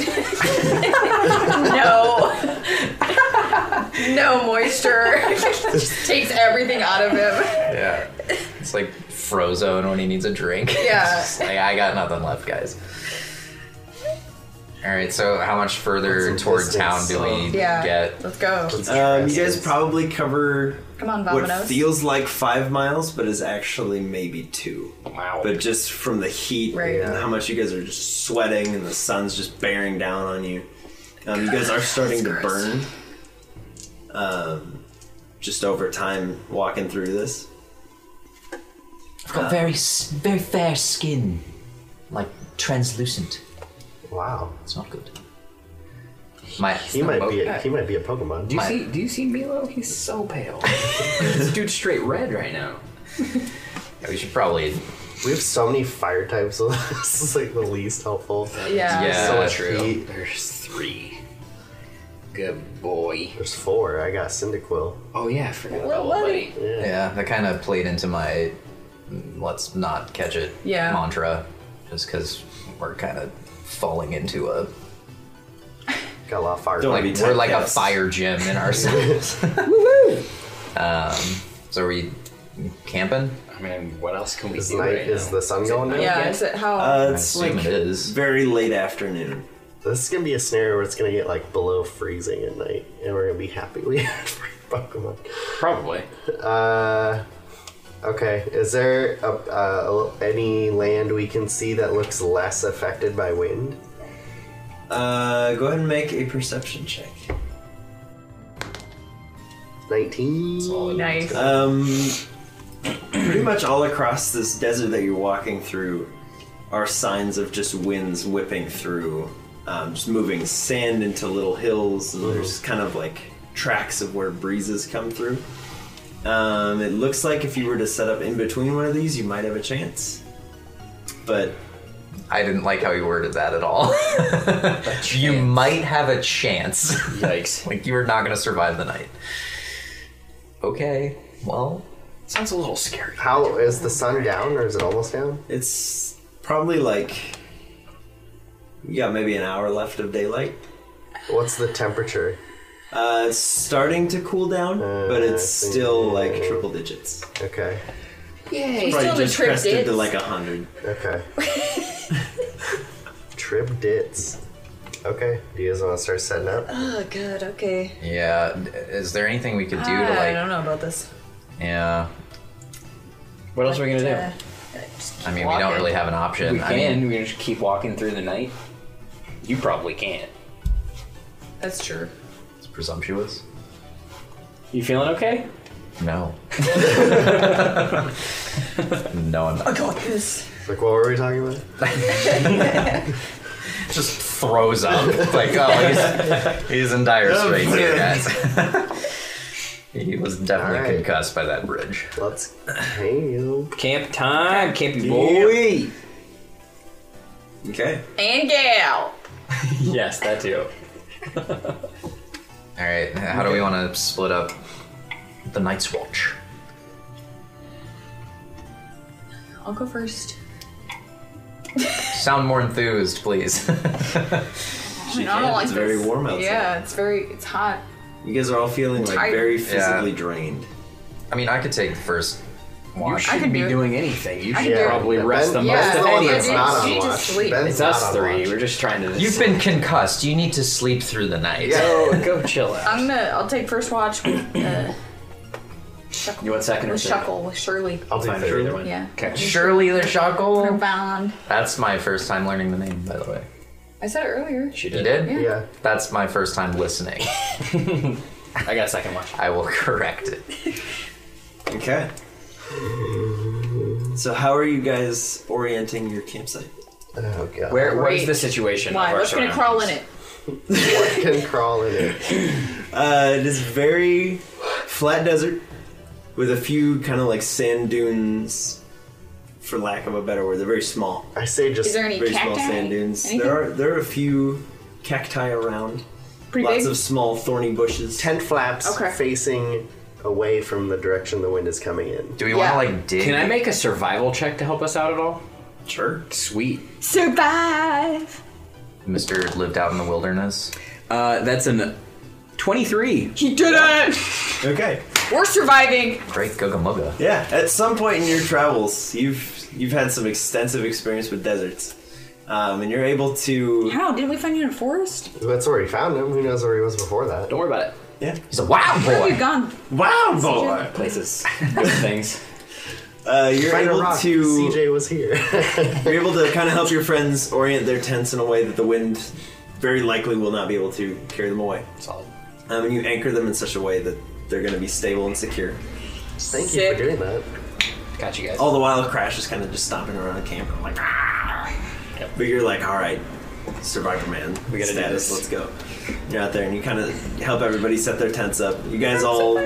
Speaker 3: no, no moisture. just takes everything out of him.
Speaker 5: Yeah. It's like Frozone when he needs a drink. It's
Speaker 3: Yeah.
Speaker 5: just like, I got nothing left, guys. All right. So how much further
Speaker 2: What's the
Speaker 5: toward town
Speaker 2: distance?
Speaker 5: do we
Speaker 3: Yeah.
Speaker 5: get?
Speaker 3: Let's go.
Speaker 7: Um, you guys probably cover
Speaker 3: Come on,
Speaker 7: what
Speaker 3: Vominos.
Speaker 7: feels like five miles, but is actually maybe two.
Speaker 8: Wow.
Speaker 7: But just from the heat
Speaker 3: Right.
Speaker 7: and how much you guys are just sweating and the sun's just bearing down on you, um, you guys are starting to burn. Um, just over time walking through this.
Speaker 6: I've got very, s- very fair skin, like translucent.
Speaker 2: Wow.
Speaker 6: It's not good.
Speaker 5: My
Speaker 2: He might be a, he might be a Pokemon.
Speaker 8: do you see? Do you see Milo? He's so pale. this dude's straight red right now.
Speaker 5: we should probably
Speaker 2: We have so many fire types. so this is like the least helpful.
Speaker 3: Yeah.
Speaker 5: yeah
Speaker 2: So much
Speaker 5: true.
Speaker 2: heat.
Speaker 8: There's three. Good boy.
Speaker 2: There's four. I got Cyndaquil.
Speaker 8: Oh yeah, I forgot
Speaker 3: Well,
Speaker 8: about
Speaker 3: let
Speaker 8: Letty.
Speaker 5: Yeah, that kind of played into my mm, "let's not catch it"
Speaker 3: Yeah.
Speaker 5: mantra, just because we're kind of falling into a
Speaker 2: Got a lot of fire.
Speaker 7: Don't
Speaker 5: like
Speaker 7: be
Speaker 5: we're like a
Speaker 7: typecast.
Speaker 5: fire gym in ourselves. um, so are we camping?
Speaker 8: I mean, what else can we
Speaker 2: Is,
Speaker 8: do
Speaker 2: night,
Speaker 8: right
Speaker 2: is
Speaker 8: now?
Speaker 2: the sun going down?
Speaker 3: Yeah, is it how?
Speaker 7: Uh,
Speaker 5: I
Speaker 7: it's
Speaker 5: assume
Speaker 7: like
Speaker 5: it is.
Speaker 7: very late afternoon.
Speaker 2: This is gonna be a scenario where it's gonna get like below freezing at night, and we're gonna be happy we have free Pokemon.
Speaker 8: Probably.
Speaker 2: Uh, okay. Is there a, uh, any land we can see that looks less affected by wind?
Speaker 7: Uh, go ahead and make a perception check.
Speaker 2: Nineteen.
Speaker 7: Oh,
Speaker 3: nice.
Speaker 7: Um, pretty much all across this desert that you're walking through are signs of just winds whipping through, um, just moving sand into little hills, and there's kind of like tracks of where breezes come through. Um, it looks like if you were to set up in between one of these, you might have a chance. But
Speaker 5: I didn't like how you worded that at all. you might have a chance.
Speaker 8: Yikes.
Speaker 5: like you are not going to survive the night. Okay. Well,
Speaker 8: Sounds a little scary.
Speaker 2: How is the sun down, or is it almost down?
Speaker 7: it's probably like you got maybe an hour left of daylight.
Speaker 2: What's the temperature?
Speaker 7: Uh, it's starting to cool down, but
Speaker 2: I
Speaker 7: it's
Speaker 2: see.
Speaker 7: still like triple digits.
Speaker 2: Uh, Okay.
Speaker 3: Yay.
Speaker 7: Probably
Speaker 3: still in
Speaker 7: just
Speaker 3: trip
Speaker 7: crested
Speaker 3: dits.
Speaker 7: to like a hundred.
Speaker 2: Okay. Trip dits. Okay. Do you guys want to start setting up?
Speaker 3: Oh, good. Okay.
Speaker 5: yeah. Is there anything we could do to
Speaker 3: I
Speaker 5: like?
Speaker 3: don't know about this.
Speaker 5: Yeah.
Speaker 8: What else are we gonna do?
Speaker 5: I mean, we don't really have an option.
Speaker 8: We
Speaker 5: I mean,
Speaker 8: can. We're gonna just keep walking through the night. You probably can't.
Speaker 3: That's true.
Speaker 5: it's presumptuous.
Speaker 8: You feeling okay?
Speaker 5: No. no, I'm not.
Speaker 3: Got this.
Speaker 2: Like, what were we talking about?
Speaker 5: Just throws up. like, oh, he's, he's in dire straits here, guys. he was definitely
Speaker 2: All right.
Speaker 5: concussed by that bridge.
Speaker 2: Let's camp.
Speaker 8: Camp time, campy boy.
Speaker 7: Okay.
Speaker 3: And Gal.
Speaker 8: yes, that too.
Speaker 5: All right, how do we want to split up the Night's Watch?
Speaker 3: I'll go first.
Speaker 5: Sound more enthused, please.
Speaker 3: I don't
Speaker 7: can.
Speaker 3: like this.
Speaker 7: It's very warm outside.
Speaker 3: Yeah, it's very. It's hot.
Speaker 7: You guys are all feeling like
Speaker 3: Tired.
Speaker 7: very physically
Speaker 5: Yeah.
Speaker 7: drained.
Speaker 5: I mean, I could take the first watch.
Speaker 3: I can
Speaker 8: be
Speaker 3: do it.
Speaker 8: doing anything. You
Speaker 3: I
Speaker 8: should
Speaker 3: can do it.
Speaker 8: probably rest the
Speaker 2: Ben-
Speaker 8: most
Speaker 3: Yeah,
Speaker 8: of
Speaker 2: the one
Speaker 8: any of
Speaker 2: that's
Speaker 3: yeah,
Speaker 8: us.
Speaker 2: not
Speaker 3: she
Speaker 2: on
Speaker 3: just
Speaker 2: watch.
Speaker 3: sleeps.
Speaker 2: Ben's
Speaker 8: It's
Speaker 2: not
Speaker 8: us
Speaker 2: on
Speaker 8: three.
Speaker 2: watch.
Speaker 8: We're just trying to.
Speaker 5: You've been concussed. You need to sleep through the night.
Speaker 8: Go, go chill out.
Speaker 3: I'm gonna. I'll take first watch with. Uh, Shuckle.
Speaker 8: You want second or
Speaker 3: with
Speaker 8: third?
Speaker 3: Shuckle with Shirley.
Speaker 2: I'll do
Speaker 8: Fine, sure, either
Speaker 2: third.
Speaker 8: one.
Speaker 3: Yeah.
Speaker 8: Okay.
Speaker 5: Shirley the
Speaker 3: They're
Speaker 5: Shockle.
Speaker 3: bound.
Speaker 5: That's my first time learning the name, by the way.
Speaker 3: I said it earlier.
Speaker 8: She
Speaker 5: You
Speaker 8: did.
Speaker 5: did?
Speaker 2: Yeah.
Speaker 5: That's my first time listening.
Speaker 8: I got a second watch.
Speaker 5: I will correct it.
Speaker 7: Okay. So how are you guys orienting your campsite?
Speaker 2: Oh god.
Speaker 8: Where?
Speaker 3: Great.
Speaker 8: What's the situation?
Speaker 3: Why?
Speaker 8: Of our
Speaker 3: What's gonna
Speaker 8: surroundings?
Speaker 3: crawl in it?
Speaker 2: What can crawl in it?
Speaker 7: Uh, it is very flat desert with a few kind of like sand dunes, for lack of a better word. They're very small.
Speaker 2: I say just
Speaker 3: Is there any
Speaker 7: very
Speaker 3: cacti?
Speaker 7: small sand dunes.
Speaker 3: Anything?
Speaker 7: There are there are a few cacti around.
Speaker 3: Pretty
Speaker 7: Lots
Speaker 3: big.
Speaker 7: of small thorny bushes.
Speaker 2: tent flaps
Speaker 3: Okay.
Speaker 2: facing away from the direction the wind is coming in.
Speaker 5: Do we
Speaker 3: Yeah.
Speaker 5: want to like dig?
Speaker 8: Can I make a survival check to help us out at all?
Speaker 7: Sure.
Speaker 8: Sweet.
Speaker 3: Survive.
Speaker 5: Mr. Lived Out in the Wilderness?
Speaker 9: Uh, that's an 23.
Speaker 3: He did it.
Speaker 7: Okay.
Speaker 3: We're surviving.
Speaker 5: Great Gugamuga.
Speaker 7: Yeah, at some point in your travels, you've you've had some extensive experience with deserts,
Speaker 1: um, and you're able to.
Speaker 3: How? Didn't we find you in a forest?
Speaker 2: That's where he found him. Who knows where he was before that?
Speaker 8: Don't worry about it.
Speaker 1: Yeah.
Speaker 10: He's a wild
Speaker 3: Where have you
Speaker 10: boy.
Speaker 3: gone?
Speaker 1: Wow,
Speaker 3: boy!
Speaker 8: Places, good things.
Speaker 1: Uh, you're
Speaker 2: Find a
Speaker 1: able
Speaker 2: rock.
Speaker 1: to.
Speaker 2: CJ was here.
Speaker 1: You're able to kind of help your friends orient their tents in a way that the wind very likely will not be able to carry them away.
Speaker 8: Solid.
Speaker 1: Um, and you anchor them in such a way that they're going to be stable and secure.
Speaker 2: Thank you
Speaker 3: Sick.
Speaker 2: for doing that.
Speaker 8: Got you guys.
Speaker 11: Oh.
Speaker 1: All the while, Crash is kind of just stomping around the camp. I'm like, "Ah." but you're like, all right, Survivor Man, we
Speaker 8: gotta do
Speaker 1: status.
Speaker 8: this."
Speaker 1: Let's go. You're out there and you kind of help everybody set their tents up. You guys all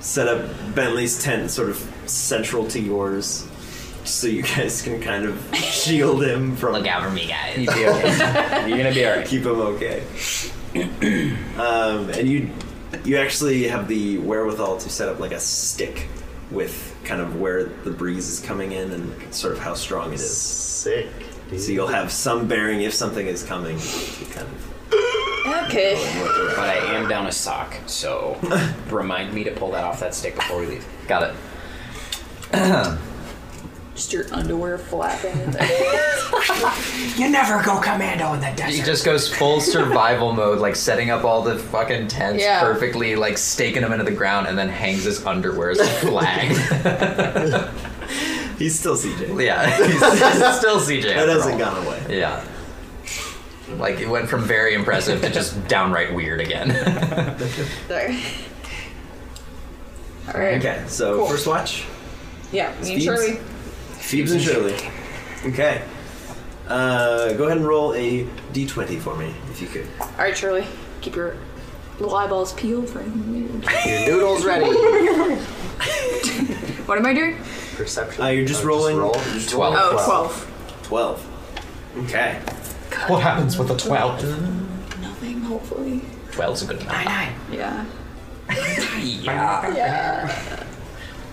Speaker 1: set up Bentley's tent, sort of central to yours, so you guys can kind of shield him from
Speaker 10: Look out for me, guys.
Speaker 8: You'll be okay. You're gonna be all right.
Speaker 1: keep him okay. um, and you you actually have the wherewithal to set up like a stick with kind of where the breeze is coming in and sort of how strong it is.
Speaker 2: Sick. dude.
Speaker 1: So you'll have some bearing if something is coming. To kind of
Speaker 3: Okay.
Speaker 8: But I am down a sock, so remind me to pull that off that stick before we leave.
Speaker 5: Got it.
Speaker 3: Just your underwear flapping.
Speaker 6: You never go commando in the desert.
Speaker 5: He just goes full survival mode, like setting up all the fucking tents
Speaker 3: Yeah.
Speaker 5: perfectly, like staking them into the ground, and then hangs his underwear as a flag.
Speaker 1: he's still CJ.
Speaker 5: yeah, he's, he's still CJ.
Speaker 1: That
Speaker 5: after
Speaker 1: hasn't
Speaker 5: all.
Speaker 1: gone away.
Speaker 5: Yeah. Like it went from very impressive to just downright weird again.
Speaker 3: there. All right.
Speaker 1: Okay, so
Speaker 3: Cool.
Speaker 1: first watch,
Speaker 3: Yeah. Me and
Speaker 1: Speeds.
Speaker 3: Shirley.
Speaker 1: Phoebes and Shirley. Okay. Uh, go ahead and roll a d20 for me, if you could.
Speaker 3: All right, Shirley. Keep your little eyeballs peeled for anything. weird.
Speaker 2: Your noodles ready.
Speaker 3: What am I doing?
Speaker 2: Perception.
Speaker 1: Uh, you're just
Speaker 2: Oh,
Speaker 1: rolling.
Speaker 2: roll.
Speaker 1: you're just
Speaker 5: Twelve.
Speaker 3: Oh,
Speaker 2: Twelve.
Speaker 3: 12.
Speaker 1: 12. Okay.
Speaker 5: what happens with a twelve?
Speaker 3: Nothing, hopefully.
Speaker 5: Twelve's a good number.
Speaker 3: Yeah.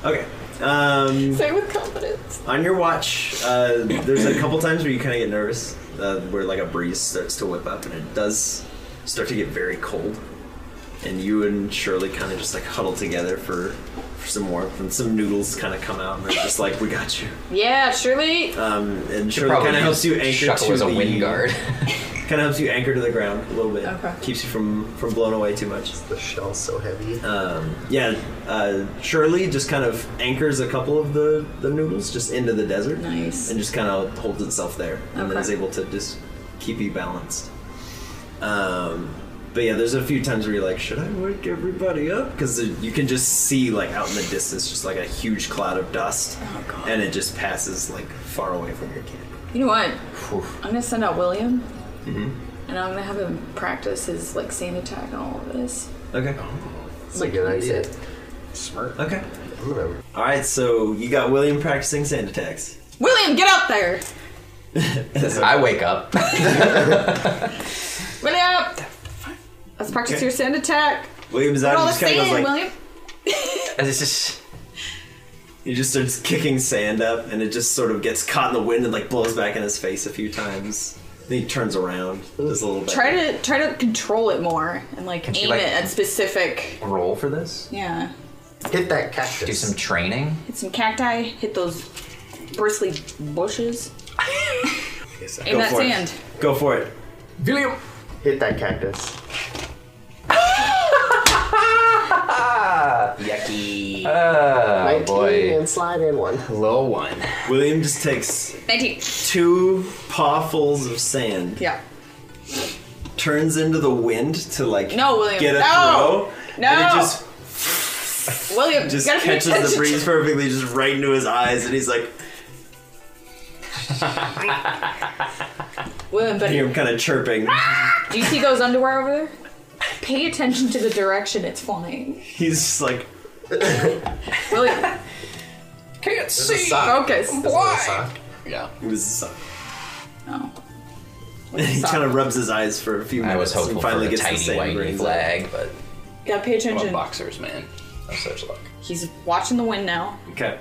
Speaker 1: Okay. Um,
Speaker 3: Say with confidence.
Speaker 1: on your watch, uh, there's a couple times where you kind of get nervous, uh, where like a breeze starts to whip up, and it does start to get very cold. And you and Shirley kind of just like huddle together for, for some warmth, and some noodles kind of come out, and they're just like, "We got you."
Speaker 3: Yeah, Shirley.
Speaker 1: Um, and Shirley kind of helps you anchor
Speaker 5: Shuckle
Speaker 1: to
Speaker 5: as a
Speaker 1: the
Speaker 5: wind guard.
Speaker 1: Kind of helps you anchor to the ground a little bit.
Speaker 3: Okay.
Speaker 1: Keeps you from from blown away too much.
Speaker 2: The shell's so heavy.
Speaker 1: Um, yeah, uh, Shirley just kind of anchors a couple of the, the noodles just into the desert.
Speaker 3: Nice.
Speaker 1: And just kind of holds itself there. And then
Speaker 3: Okay.
Speaker 1: is able to just keep you balanced. Um, but yeah, there's a few times where you're like, should I wake everybody up? Because you can just see, like, out in the distance, just like a huge cloud of dust.
Speaker 3: Oh, God.
Speaker 1: And it just passes, like, far away from your camp.
Speaker 3: You know what? I'm gonna send out William,
Speaker 1: Mm-hmm.
Speaker 3: and I'm gonna have him practice his like sand attack and all of this.
Speaker 1: Okay.
Speaker 2: That's a good idea.
Speaker 1: Okay.
Speaker 2: Whatever.
Speaker 1: All right, so you got William practicing sand attacks.
Speaker 3: William, get out there!
Speaker 5: I wake up.
Speaker 3: William, let's practice
Speaker 1: Okay.
Speaker 3: your sand attack.
Speaker 1: William's out
Speaker 3: Get all
Speaker 1: and
Speaker 3: the
Speaker 1: just kind of
Speaker 3: sand,
Speaker 1: goes like,
Speaker 3: William.
Speaker 5: And it's just
Speaker 1: He just starts kicking sand up, and it just sort of gets caught in the wind and like blows back in his face a few times. Then he turns around just a little bit.
Speaker 3: Try to try to control it more and like
Speaker 5: she,
Speaker 3: aim
Speaker 5: like-
Speaker 3: it at specific.
Speaker 5: roll for this.
Speaker 3: Yeah,
Speaker 2: Hit that
Speaker 5: Do
Speaker 2: cactus.
Speaker 5: some training.
Speaker 3: hit some cacti, hit those bristly bushes. aim that
Speaker 1: for it.
Speaker 3: sand.
Speaker 1: Go for it.
Speaker 6: William.
Speaker 2: Hit that cactus.
Speaker 8: Yucky.
Speaker 5: Uh,
Speaker 2: 19
Speaker 5: boy.
Speaker 2: and slide in one.
Speaker 8: Low one.
Speaker 1: William just takes
Speaker 3: 19.
Speaker 1: two pawfuls of sand,
Speaker 3: Yeah.
Speaker 1: turns into the wind to like
Speaker 3: No, William.
Speaker 1: get a
Speaker 3: No.
Speaker 1: throw, and it
Speaker 3: No.
Speaker 1: just
Speaker 3: William,
Speaker 1: just
Speaker 3: you gotta pay
Speaker 1: catches the
Speaker 3: attention.
Speaker 1: breeze perfectly, just right into his eyes, and he's like,
Speaker 3: William, buddy.
Speaker 1: hear him kind of chirping.
Speaker 3: Do you see those underwear over there? Pay attention to the direction it's flying.
Speaker 1: He's just like,
Speaker 3: William,
Speaker 6: Can't
Speaker 2: It's a
Speaker 6: see.
Speaker 2: sock.
Speaker 3: focus.
Speaker 2: It's not a sock.
Speaker 8: Yeah.
Speaker 1: it was suck.
Speaker 3: Oh.
Speaker 1: He kind of rubs his eyes for a few minutes
Speaker 5: I was hopeful
Speaker 1: and finally
Speaker 5: for a
Speaker 1: gets the
Speaker 5: tiny
Speaker 1: sand
Speaker 5: white
Speaker 1: breeze.
Speaker 5: flag, but
Speaker 3: Gotta pay
Speaker 8: I'm a
Speaker 3: attention.
Speaker 8: boxers man.
Speaker 5: no such luck.
Speaker 3: He's watching the wind now.
Speaker 1: Okay.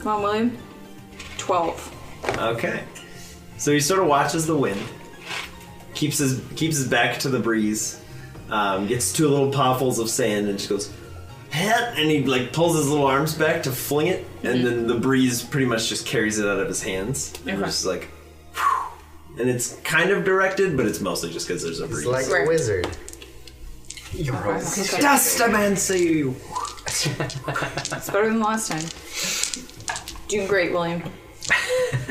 Speaker 3: Come on, William. 12.
Speaker 1: Okay. So he sort of watches the wind, keeps his keeps his back to the breeze, um, gets two little pawfuls of sand, and just goes, "Heh," and he like pulls his little arms back to fling it, and then the breeze pretty much just carries it out of his hands. And we're
Speaker 3: Okay.
Speaker 1: just like, "Phew." And it's kind of directed, but it's mostly just because there's a breeze.
Speaker 2: like a wizard.
Speaker 1: You're
Speaker 3: a wizard.
Speaker 1: Dust, I man, say you.
Speaker 3: It's better than last time. Doing great, William.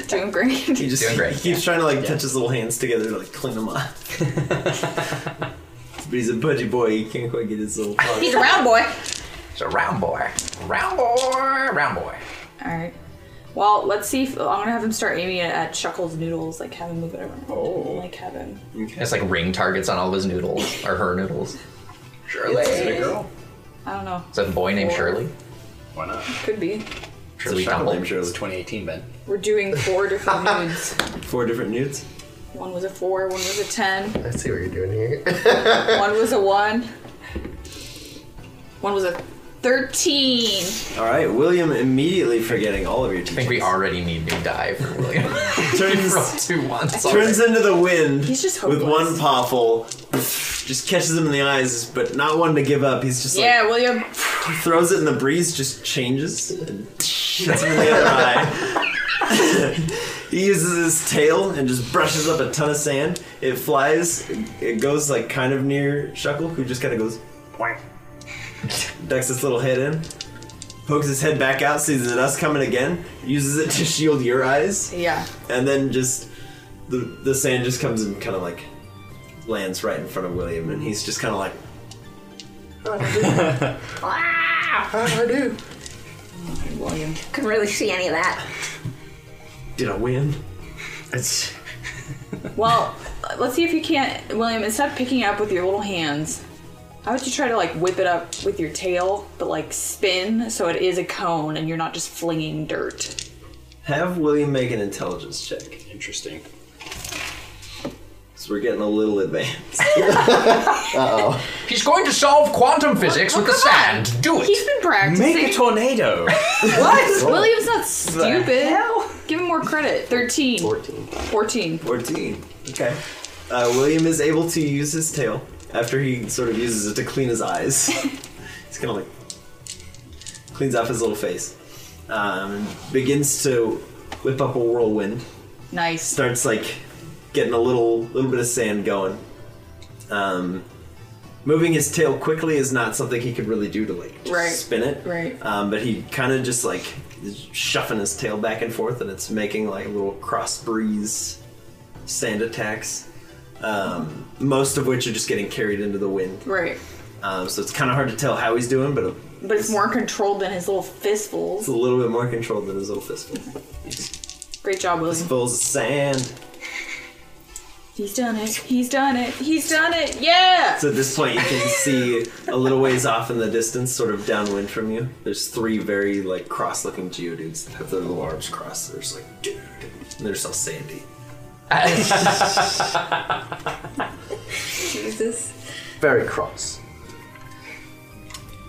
Speaker 3: Doing great.
Speaker 1: He just
Speaker 5: Doing great.
Speaker 1: He keeps trying to like touch his little hands together to like clean them up. but he's a budgie boy. He can't quite get his little.
Speaker 3: He's a round boy.
Speaker 5: It's a round boy. Round boy. Round boy.
Speaker 3: All right. Well, let's see if I'm gonna have him start aiming it at Chuckles' noodles, like have him move it around. Oh. Like have him.
Speaker 5: It's like ring targets on all of his noodles or her noodles. Shirley.
Speaker 3: Is it a girl? I don't know.
Speaker 5: Is that a boy named
Speaker 3: Or-
Speaker 5: Shirley?
Speaker 8: Why not?
Speaker 3: Could be.
Speaker 5: Shirley
Speaker 1: Chuckle
Speaker 5: Temple.
Speaker 1: named Shirley.
Speaker 8: 2018, Ben.
Speaker 3: We're doing four different nudes.
Speaker 1: Four different nudes.
Speaker 3: One was a four, one was a ten,
Speaker 2: I see what you're doing here.
Speaker 3: one was a one, one was a thirteen.
Speaker 1: All right, William immediately forgetting all of your
Speaker 5: I think we already need new die for William.
Speaker 1: Turns-
Speaker 5: Roll two ones.
Speaker 1: turns into the wind
Speaker 3: He's just
Speaker 1: with one
Speaker 3: hopeless.
Speaker 1: poffle, just catches him in the eyes, but not wanting to give up. He's just
Speaker 3: Yeah, William.
Speaker 1: like throws it in the breeze, just changes and hits him in the other eye. he uses his tail and just brushes up a ton of sand. It flies, it goes like kind of near Shuckle, who just kind of goes, "Boing." ducks his little head in. Pokes his head back out, sees that us coming again, uses it to shield your eyes,
Speaker 3: Yeah.
Speaker 1: and then just the the sand just comes and kind of like lands right in front of William, and he's just kind of like,
Speaker 2: How do I do?
Speaker 3: William.
Speaker 12: Couldn't really see any of that.
Speaker 1: "Did I win?" It's
Speaker 3: Well, let's see if you can't, William. Instead of picking it up with your little hands, how would you try to like whip it up with your tail, but like spin so it is a cone and you're not just flinging dirt?
Speaker 1: have William make an intelligence check.
Speaker 8: Interesting.
Speaker 1: So we're getting a little advanced.
Speaker 5: He's going to solve quantum physics with the sand. Do
Speaker 3: He's
Speaker 5: it.
Speaker 3: been practicing.
Speaker 11: tornado.
Speaker 3: William's not stupid. Give him more credit. 13.
Speaker 2: 14.
Speaker 3: 14.
Speaker 1: Fourteen. Okay. Uh, William is able to use his tail after he sort of uses it to clean his eyes. he's kind of like cleans off his little face. Um, begins to whip up a whirlwind
Speaker 3: Nice.
Speaker 1: starts like getting a little little bit of sand going. Um, moving his tail quickly is not something he could really do to like just
Speaker 3: Right.
Speaker 1: spin it.
Speaker 3: Right.
Speaker 1: Um, but he kind of just like is shuffling his tail back and forth, and it's making like little cross breeze sand attacks. Um, most of which are just getting carried into the wind.
Speaker 3: Right.
Speaker 1: Um, so it's kind of hard to tell how he's doing, but it's
Speaker 3: But it's more controlled than his little fistfuls.
Speaker 1: a little bit more controlled than his little fistful.
Speaker 3: Great job, William.
Speaker 1: Fistfuls of sand.
Speaker 3: He's done it. He's done it. He's done it. Yeah!
Speaker 1: So at this point, you can see a little ways off in the distance, sort of downwind from you. There's three very like cross-looking geodudes that have their little arms crossed. They're just like, dude, and they're so sandy.
Speaker 12: Jesus.
Speaker 2: Very cross.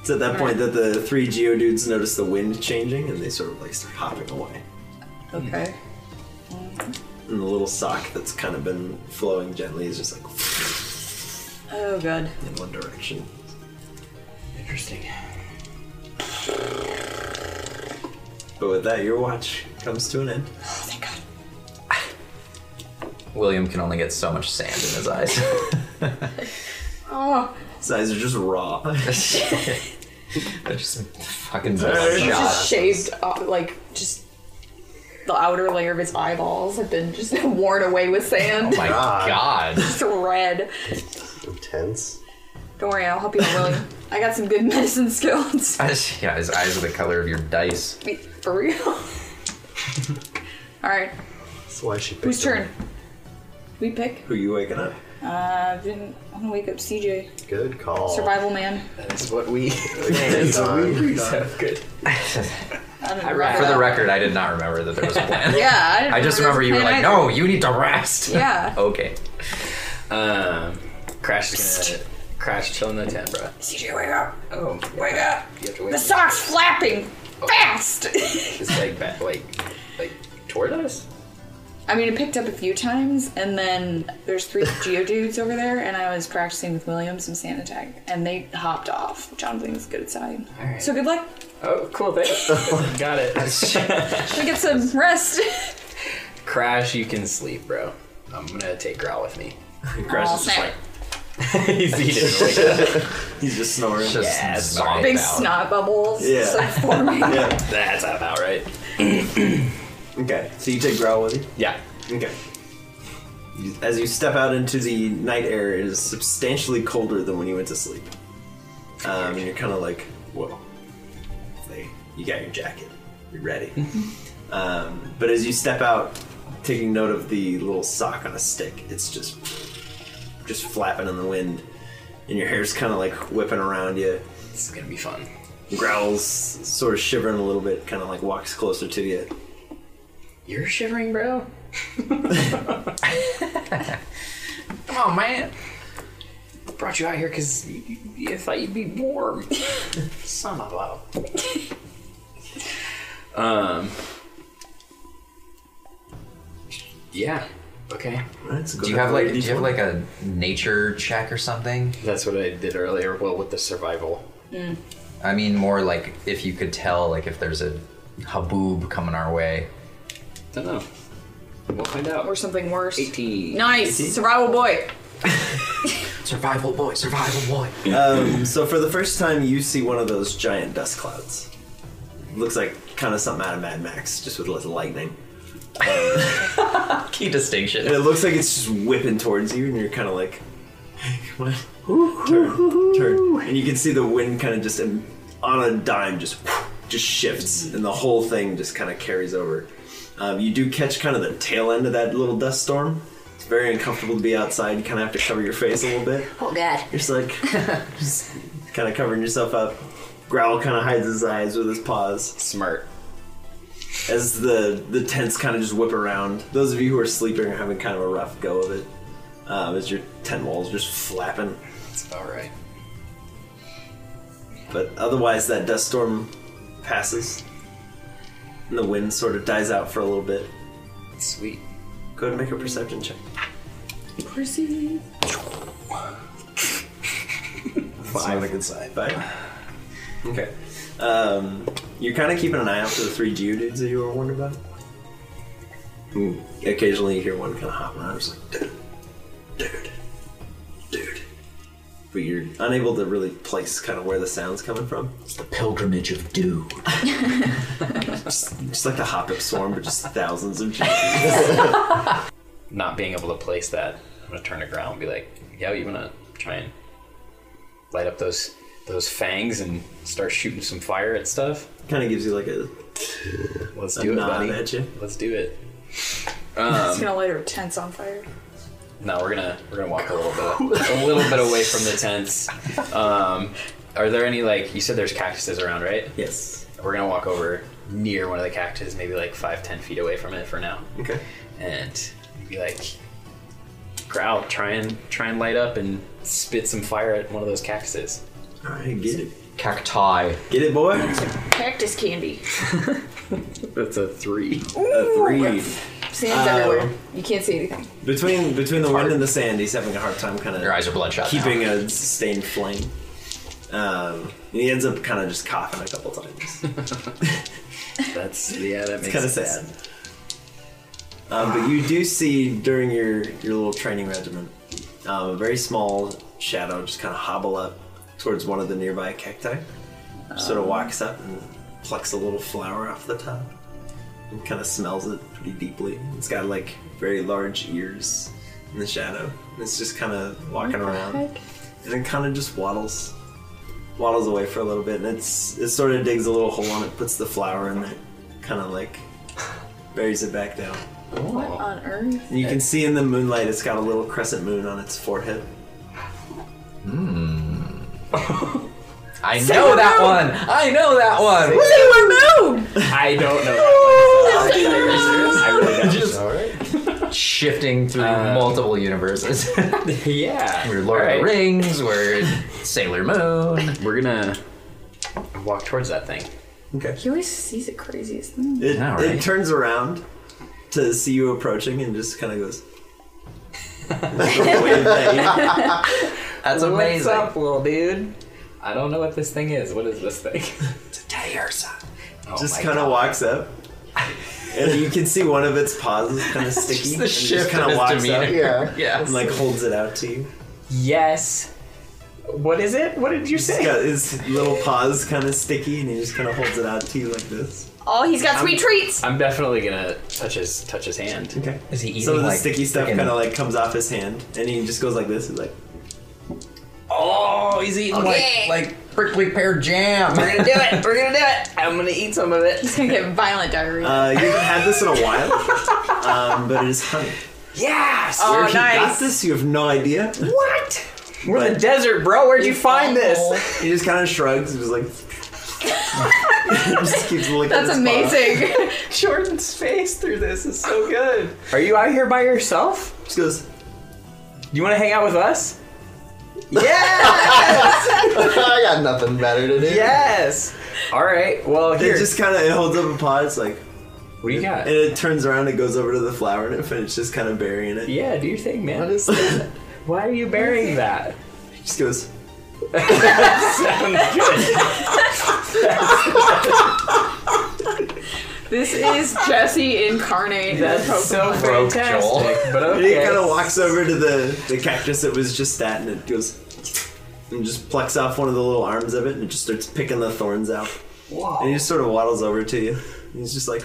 Speaker 1: It's at that point that the three geodudes notice the wind changing, and they sort of like start hopping away.
Speaker 3: Okay.
Speaker 1: And the little sock that's kind of been flowing gently is just like
Speaker 3: Oh, God.
Speaker 1: in one direction.
Speaker 8: Interesting.
Speaker 1: But with that, your watch comes to an end.
Speaker 3: Oh, thank God.
Speaker 5: William can only get so much sand in his eyes.
Speaker 3: Oh,
Speaker 1: His eyes are just raw.
Speaker 5: They're just fucking
Speaker 3: it's
Speaker 5: bloodshot.
Speaker 3: just shaved off, like, just the outer layer of his eyeballs have been just worn away with sand.
Speaker 5: Oh My God.
Speaker 3: It's red.
Speaker 2: Intense.
Speaker 3: Don't worry, I'll help you, William. I got some good medicine skills.
Speaker 5: Yeah, his eyes are the color of your dice.
Speaker 3: For real. All right,
Speaker 2: That's why she picked
Speaker 3: whose
Speaker 2: him.
Speaker 3: turn? We pick.
Speaker 1: Who you waking up?
Speaker 3: Uh, didn't, I'm gonna wake up CJ.
Speaker 2: Good call.
Speaker 5: Oh.
Speaker 3: Survival man.
Speaker 11: That's what we.
Speaker 3: I don't know.
Speaker 5: For the record, I did not remember that there was a plan.
Speaker 3: Yeah, I, didn't
Speaker 5: I just
Speaker 3: there was
Speaker 5: remember
Speaker 3: a
Speaker 5: you were
Speaker 3: plan
Speaker 5: like,
Speaker 3: either.
Speaker 5: no, Oh. you need to rest.
Speaker 3: Yeah.
Speaker 5: okay.
Speaker 8: Um, Crash is gonna. Crash chilling the tent, bro.
Speaker 3: CJ, wake up!
Speaker 8: Oh,
Speaker 3: Wake up!
Speaker 8: You have to wait.
Speaker 3: The sock's flapping fast.
Speaker 8: It's like back, like, like toward us.
Speaker 3: I mean, it picked up a few times, and then there's three geodudes over there, and I was practicing with William some sand attack, and they hopped off, which I don't think is a good sign.
Speaker 8: right.
Speaker 3: So good luck.
Speaker 8: Oh, cool. Thanks. Got it.
Speaker 3: Should we get some rest?
Speaker 8: Crash, you can sleep, bro. I'm gonna take Growl with me.
Speaker 7: Growl's just
Speaker 3: snap.
Speaker 7: like
Speaker 8: He's eating. Like,
Speaker 7: he's just snoring.
Speaker 8: yeah,
Speaker 5: snarl.
Speaker 3: Big
Speaker 5: Down.
Speaker 3: snot bubbles.
Speaker 7: Yeah.
Speaker 3: So forming.
Speaker 7: yeah.
Speaker 8: that's about right.
Speaker 7: Okay. So you take growl with you.
Speaker 8: Yeah.
Speaker 7: Okay. You- As you step out into the night air, it is substantially colder than when you went to sleep. Um, and you're kind of like, whoa. Like, you got your jacket. You're ready. um, but as you step out, taking note of the little sock on a stick, it's just just flapping in the wind, and your hair's kind of like whipping around you.
Speaker 8: This is gonna be fun.
Speaker 7: Growls, sort of shivering a little bit, kind of like walks closer to you.
Speaker 8: You're shivering, bro. Come on, man. Brought you out here because you, you thought you'd be warm. Son of Um, a. Um. Yeah. Okay.
Speaker 5: Do you have like do you have like a nature check or something?
Speaker 8: That's what I did earlier. Well, with the survival.
Speaker 5: I mean, more like if you could tell, like if there's a haboob coming our way.
Speaker 8: Don't know. We'll find out.
Speaker 3: Or something worse.
Speaker 8: 18.
Speaker 3: Nice. Survival boy.
Speaker 6: Survival boy, survival boy.
Speaker 7: Um, so for the first time, you see one of those giant dust clouds. Looks like kind of something out of Mad Max, just with less lightning.
Speaker 5: Key distinction.
Speaker 7: And it looks like it's just whipping towards you, and you're kind of like, come on, turn, turn, and you can see the wind kind of just um, on a dime, just just shifts, and the whole thing just kind of carries over. Um, you do catch kind of the tail end of that little dust storm. It's very uncomfortable to be outside. You kind of have to cover your face a little bit.
Speaker 3: Oh god.
Speaker 7: You're just like, just kind of covering yourself up. Growl kind of hides his eyes with his paws
Speaker 8: Smart.
Speaker 7: as the the tents kind of just whip around. Those of you who are sleeping are having kind of a rough go of it. Um, as your tent walls just flapping,
Speaker 8: That's about right.
Speaker 7: but otherwise that dust storm passes, and the wind sort of dies out for a little bit.
Speaker 8: Sweet.
Speaker 7: Go ahead and make a perception check.
Speaker 3: Percy.
Speaker 7: Five. on the good side. Five. Okay. Um, you're kind of keeping an eye out for the three geodudes that you were warned about. Hmm. Occasionally, you hear one kind of hopping around, just like dude, dude, dude. But you're unable to really place kind of where the sound's coming from.
Speaker 6: It's the pilgrimage of dew.
Speaker 7: Just, just like the hop up swarm, but just thousands of geodudes.
Speaker 8: Not being able to place that, I'm gonna turn to ground and be like, "Yo, you wanna try and light up those those fangs and start shooting some fire at stuff?"
Speaker 7: kind of gives you like a,
Speaker 8: Let's
Speaker 7: a
Speaker 8: do it,
Speaker 7: nod
Speaker 8: buddy.
Speaker 7: at you.
Speaker 8: Let's do it.
Speaker 3: It's gonna light our tents on fire.
Speaker 8: No, we're gonna we're gonna walk a little bit a little bit away from the tents. Um, are there any like you said there's cactuses around, right?
Speaker 7: Yes.
Speaker 8: We're gonna walk over near one of the cactuses, maybe like five ten feet away from it for now,
Speaker 7: Okay.
Speaker 8: and be like, growl, try and try and light up and spit some fire at one of those cactuses.
Speaker 7: All right, get it,
Speaker 5: Cacti.
Speaker 7: get it, boy.
Speaker 3: Cactus candy.
Speaker 8: That's a three.
Speaker 7: A three.
Speaker 3: Sand's everywhere. You can't see anything.
Speaker 7: Between between the wind and the sand, he's having a hard time kind of
Speaker 5: Your eyes are bloodshot. now.
Speaker 7: keeping a sustained flame. Um, and he ends up kind of just coughing a couple times.
Speaker 8: That's yeah, that makes
Speaker 7: kind of
Speaker 8: sense.
Speaker 7: sad. Um, but you do see during your, your little training regimen um, a very small shadow just kind of hobble up towards one of the nearby cacti. Sort of walks up and plucks a little flower off the top and kind of smells it pretty deeply. It's got like very large ears in the shadow. And it's just kind of walking around and it kind of just waddles, waddles away for a little bit, and it's it sort of digs a little hole and it puts the flower in it, kind of like buries it back down.
Speaker 3: What on earth?
Speaker 7: And you can see in the moonlight, it's got a little crescent moon on its forehead.
Speaker 5: I know that one. I know that one.
Speaker 8: I don't know. That one. Are you serious? I really don't.
Speaker 2: All right.
Speaker 5: Shifting through multiple universes.
Speaker 8: yeah.
Speaker 5: we're Lord of
Speaker 8: All
Speaker 5: the
Speaker 8: right.
Speaker 5: Rings. We're Sailor Moon.
Speaker 8: We're gonna walk towards that thing.
Speaker 3: He always sees the craziest thing.
Speaker 7: It,
Speaker 5: Yeah, right.
Speaker 7: it turns around to see you approaching and just kind of goes. Like a wave at you.
Speaker 5: That's amazing.
Speaker 8: little dude? I don't know what this thing is. What is this thing?
Speaker 5: It's a Tayorsa.
Speaker 8: Oh
Speaker 7: just
Speaker 8: my
Speaker 7: kind of
Speaker 8: God.
Speaker 7: walks up, and you can see one of its paws is kind of
Speaker 4: Just the
Speaker 7: sticky. and it just
Speaker 4: shift
Speaker 7: kinda
Speaker 4: in his
Speaker 7: walks up
Speaker 4: demeanor.
Speaker 7: and,
Speaker 4: Yeah.
Speaker 7: like holds it out to you.
Speaker 4: Yes. What is it? What did you
Speaker 7: He's got his little paws kind of sticky, and he just kind of holds it out to you like this.
Speaker 3: Oh, he's got
Speaker 8: I'm-
Speaker 3: sweet treats.
Speaker 8: I'm definitely gonna touch his touch his hand.
Speaker 7: Okay.
Speaker 6: Is he eating
Speaker 7: Some of the
Speaker 6: like
Speaker 7: sticky stuff
Speaker 6: freaking-
Speaker 7: kind of like comes off his hand, and he just goes like this. He's like,
Speaker 8: Oh, he's eating
Speaker 5: Like, like prickly pear jam.
Speaker 8: We're gonna do it. We're gonna do it. I'm gonna eat some of it.
Speaker 3: He's gonna get violent diarrhea.
Speaker 7: uh, you haven't had this in a while, um, but it is honey.
Speaker 8: Yes.
Speaker 3: Oh,
Speaker 7: Where he got
Speaker 3: nice.
Speaker 7: this, you have no idea.
Speaker 8: What? We're in the
Speaker 7: But-
Speaker 8: desert, bro. Where'd you find this?
Speaker 7: He just kind of shrugs. and was like, just keeps licking
Speaker 3: That's
Speaker 7: his paw.
Speaker 3: amazing.
Speaker 4: Jordan's face through this is so good.
Speaker 8: Are you out here by yourself?
Speaker 7: Just goes.
Speaker 8: You want to hang out with us? Yeah.
Speaker 2: I got nothing better to do.
Speaker 8: yes. All right. Well,
Speaker 7: It
Speaker 8: here.
Speaker 7: just kind of it holds up a paw. It's like,
Speaker 8: what do you got?
Speaker 7: and it turns around. It goes over to the flower, and it finishes just kind of burying it.
Speaker 8: Yeah, do your thing, man.
Speaker 2: What is that?
Speaker 8: Why are you burying that?
Speaker 7: Just goes.
Speaker 3: this is Jesse incarnate.
Speaker 8: That's so
Speaker 6: Broke
Speaker 8: fantastic. But
Speaker 7: And he
Speaker 8: okay.
Speaker 7: kind of walks over to the, the cactus that was just that, and it goes and just plucks off one of the little arms of it, and it just starts picking the thorns out. And he just sort of waddles over to you. And he's just like,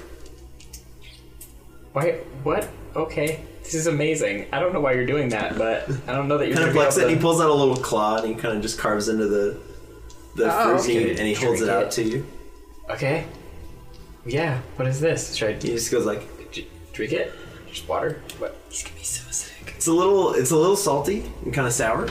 Speaker 8: Why? What? Okay. This is amazing. I don't know why you're doing that, but I don't know that you're
Speaker 7: kind of
Speaker 8: gonna be
Speaker 7: plucks it,
Speaker 8: able
Speaker 7: and he
Speaker 8: to-
Speaker 7: pulls out a little claw, and he kind of just carves into the the
Speaker 3: Oh.
Speaker 7: fruit meat, and he holds it
Speaker 8: Drink
Speaker 7: out
Speaker 8: it.
Speaker 7: to you.
Speaker 8: Okay. Yeah. What is this? Should I
Speaker 7: He just goes like,
Speaker 8: d- drink it? Just water? What? He's gonna be so sick.
Speaker 7: it's a little, it's a little salty and kind of sour,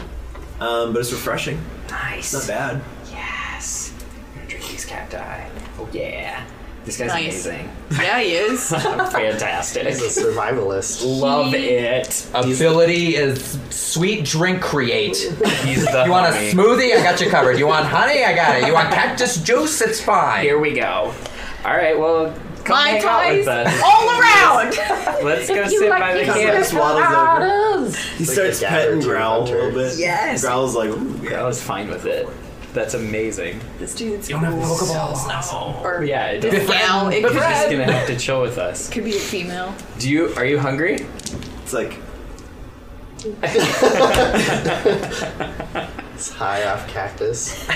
Speaker 7: um, but it's refreshing.
Speaker 8: Nice.
Speaker 7: Not bad.
Speaker 8: Yes. I'm gonna drink these cacti. Oh yeah. This guy's
Speaker 3: Nice.
Speaker 8: amazing.
Speaker 3: Yeah, he is.
Speaker 8: I'm fantastic.
Speaker 2: Survivalist.
Speaker 8: Love it.
Speaker 6: Ability is sweet drink create.
Speaker 8: He's the
Speaker 6: You want a
Speaker 8: homie.
Speaker 6: smoothie? I got you covered. You want honey? I got it. You want cactus juice? It's fine.
Speaker 8: Here we go. All right. Well, come
Speaker 3: My
Speaker 8: hang out
Speaker 3: ties
Speaker 8: with us.
Speaker 3: all around.
Speaker 8: Let's go sit by the
Speaker 7: Kind of
Speaker 8: camp.
Speaker 7: just waddles over. He starts
Speaker 2: the gatherer
Speaker 7: petting
Speaker 2: to
Speaker 7: Growl a
Speaker 2: hunter.
Speaker 7: little bit.
Speaker 8: Yes.
Speaker 7: Growl's like, "Ooh, yeah."
Speaker 8: I was fine with it. That's amazing.
Speaker 3: This dude's
Speaker 6: You don't have Pokeballs.
Speaker 3: or
Speaker 8: Yeah, it doesn't.
Speaker 3: gal. It
Speaker 8: He's just
Speaker 3: could,
Speaker 8: gonna have to chill with us.
Speaker 3: could be a female.
Speaker 8: Do you? Are you hungry?
Speaker 7: It's like,
Speaker 2: It's high off cactus.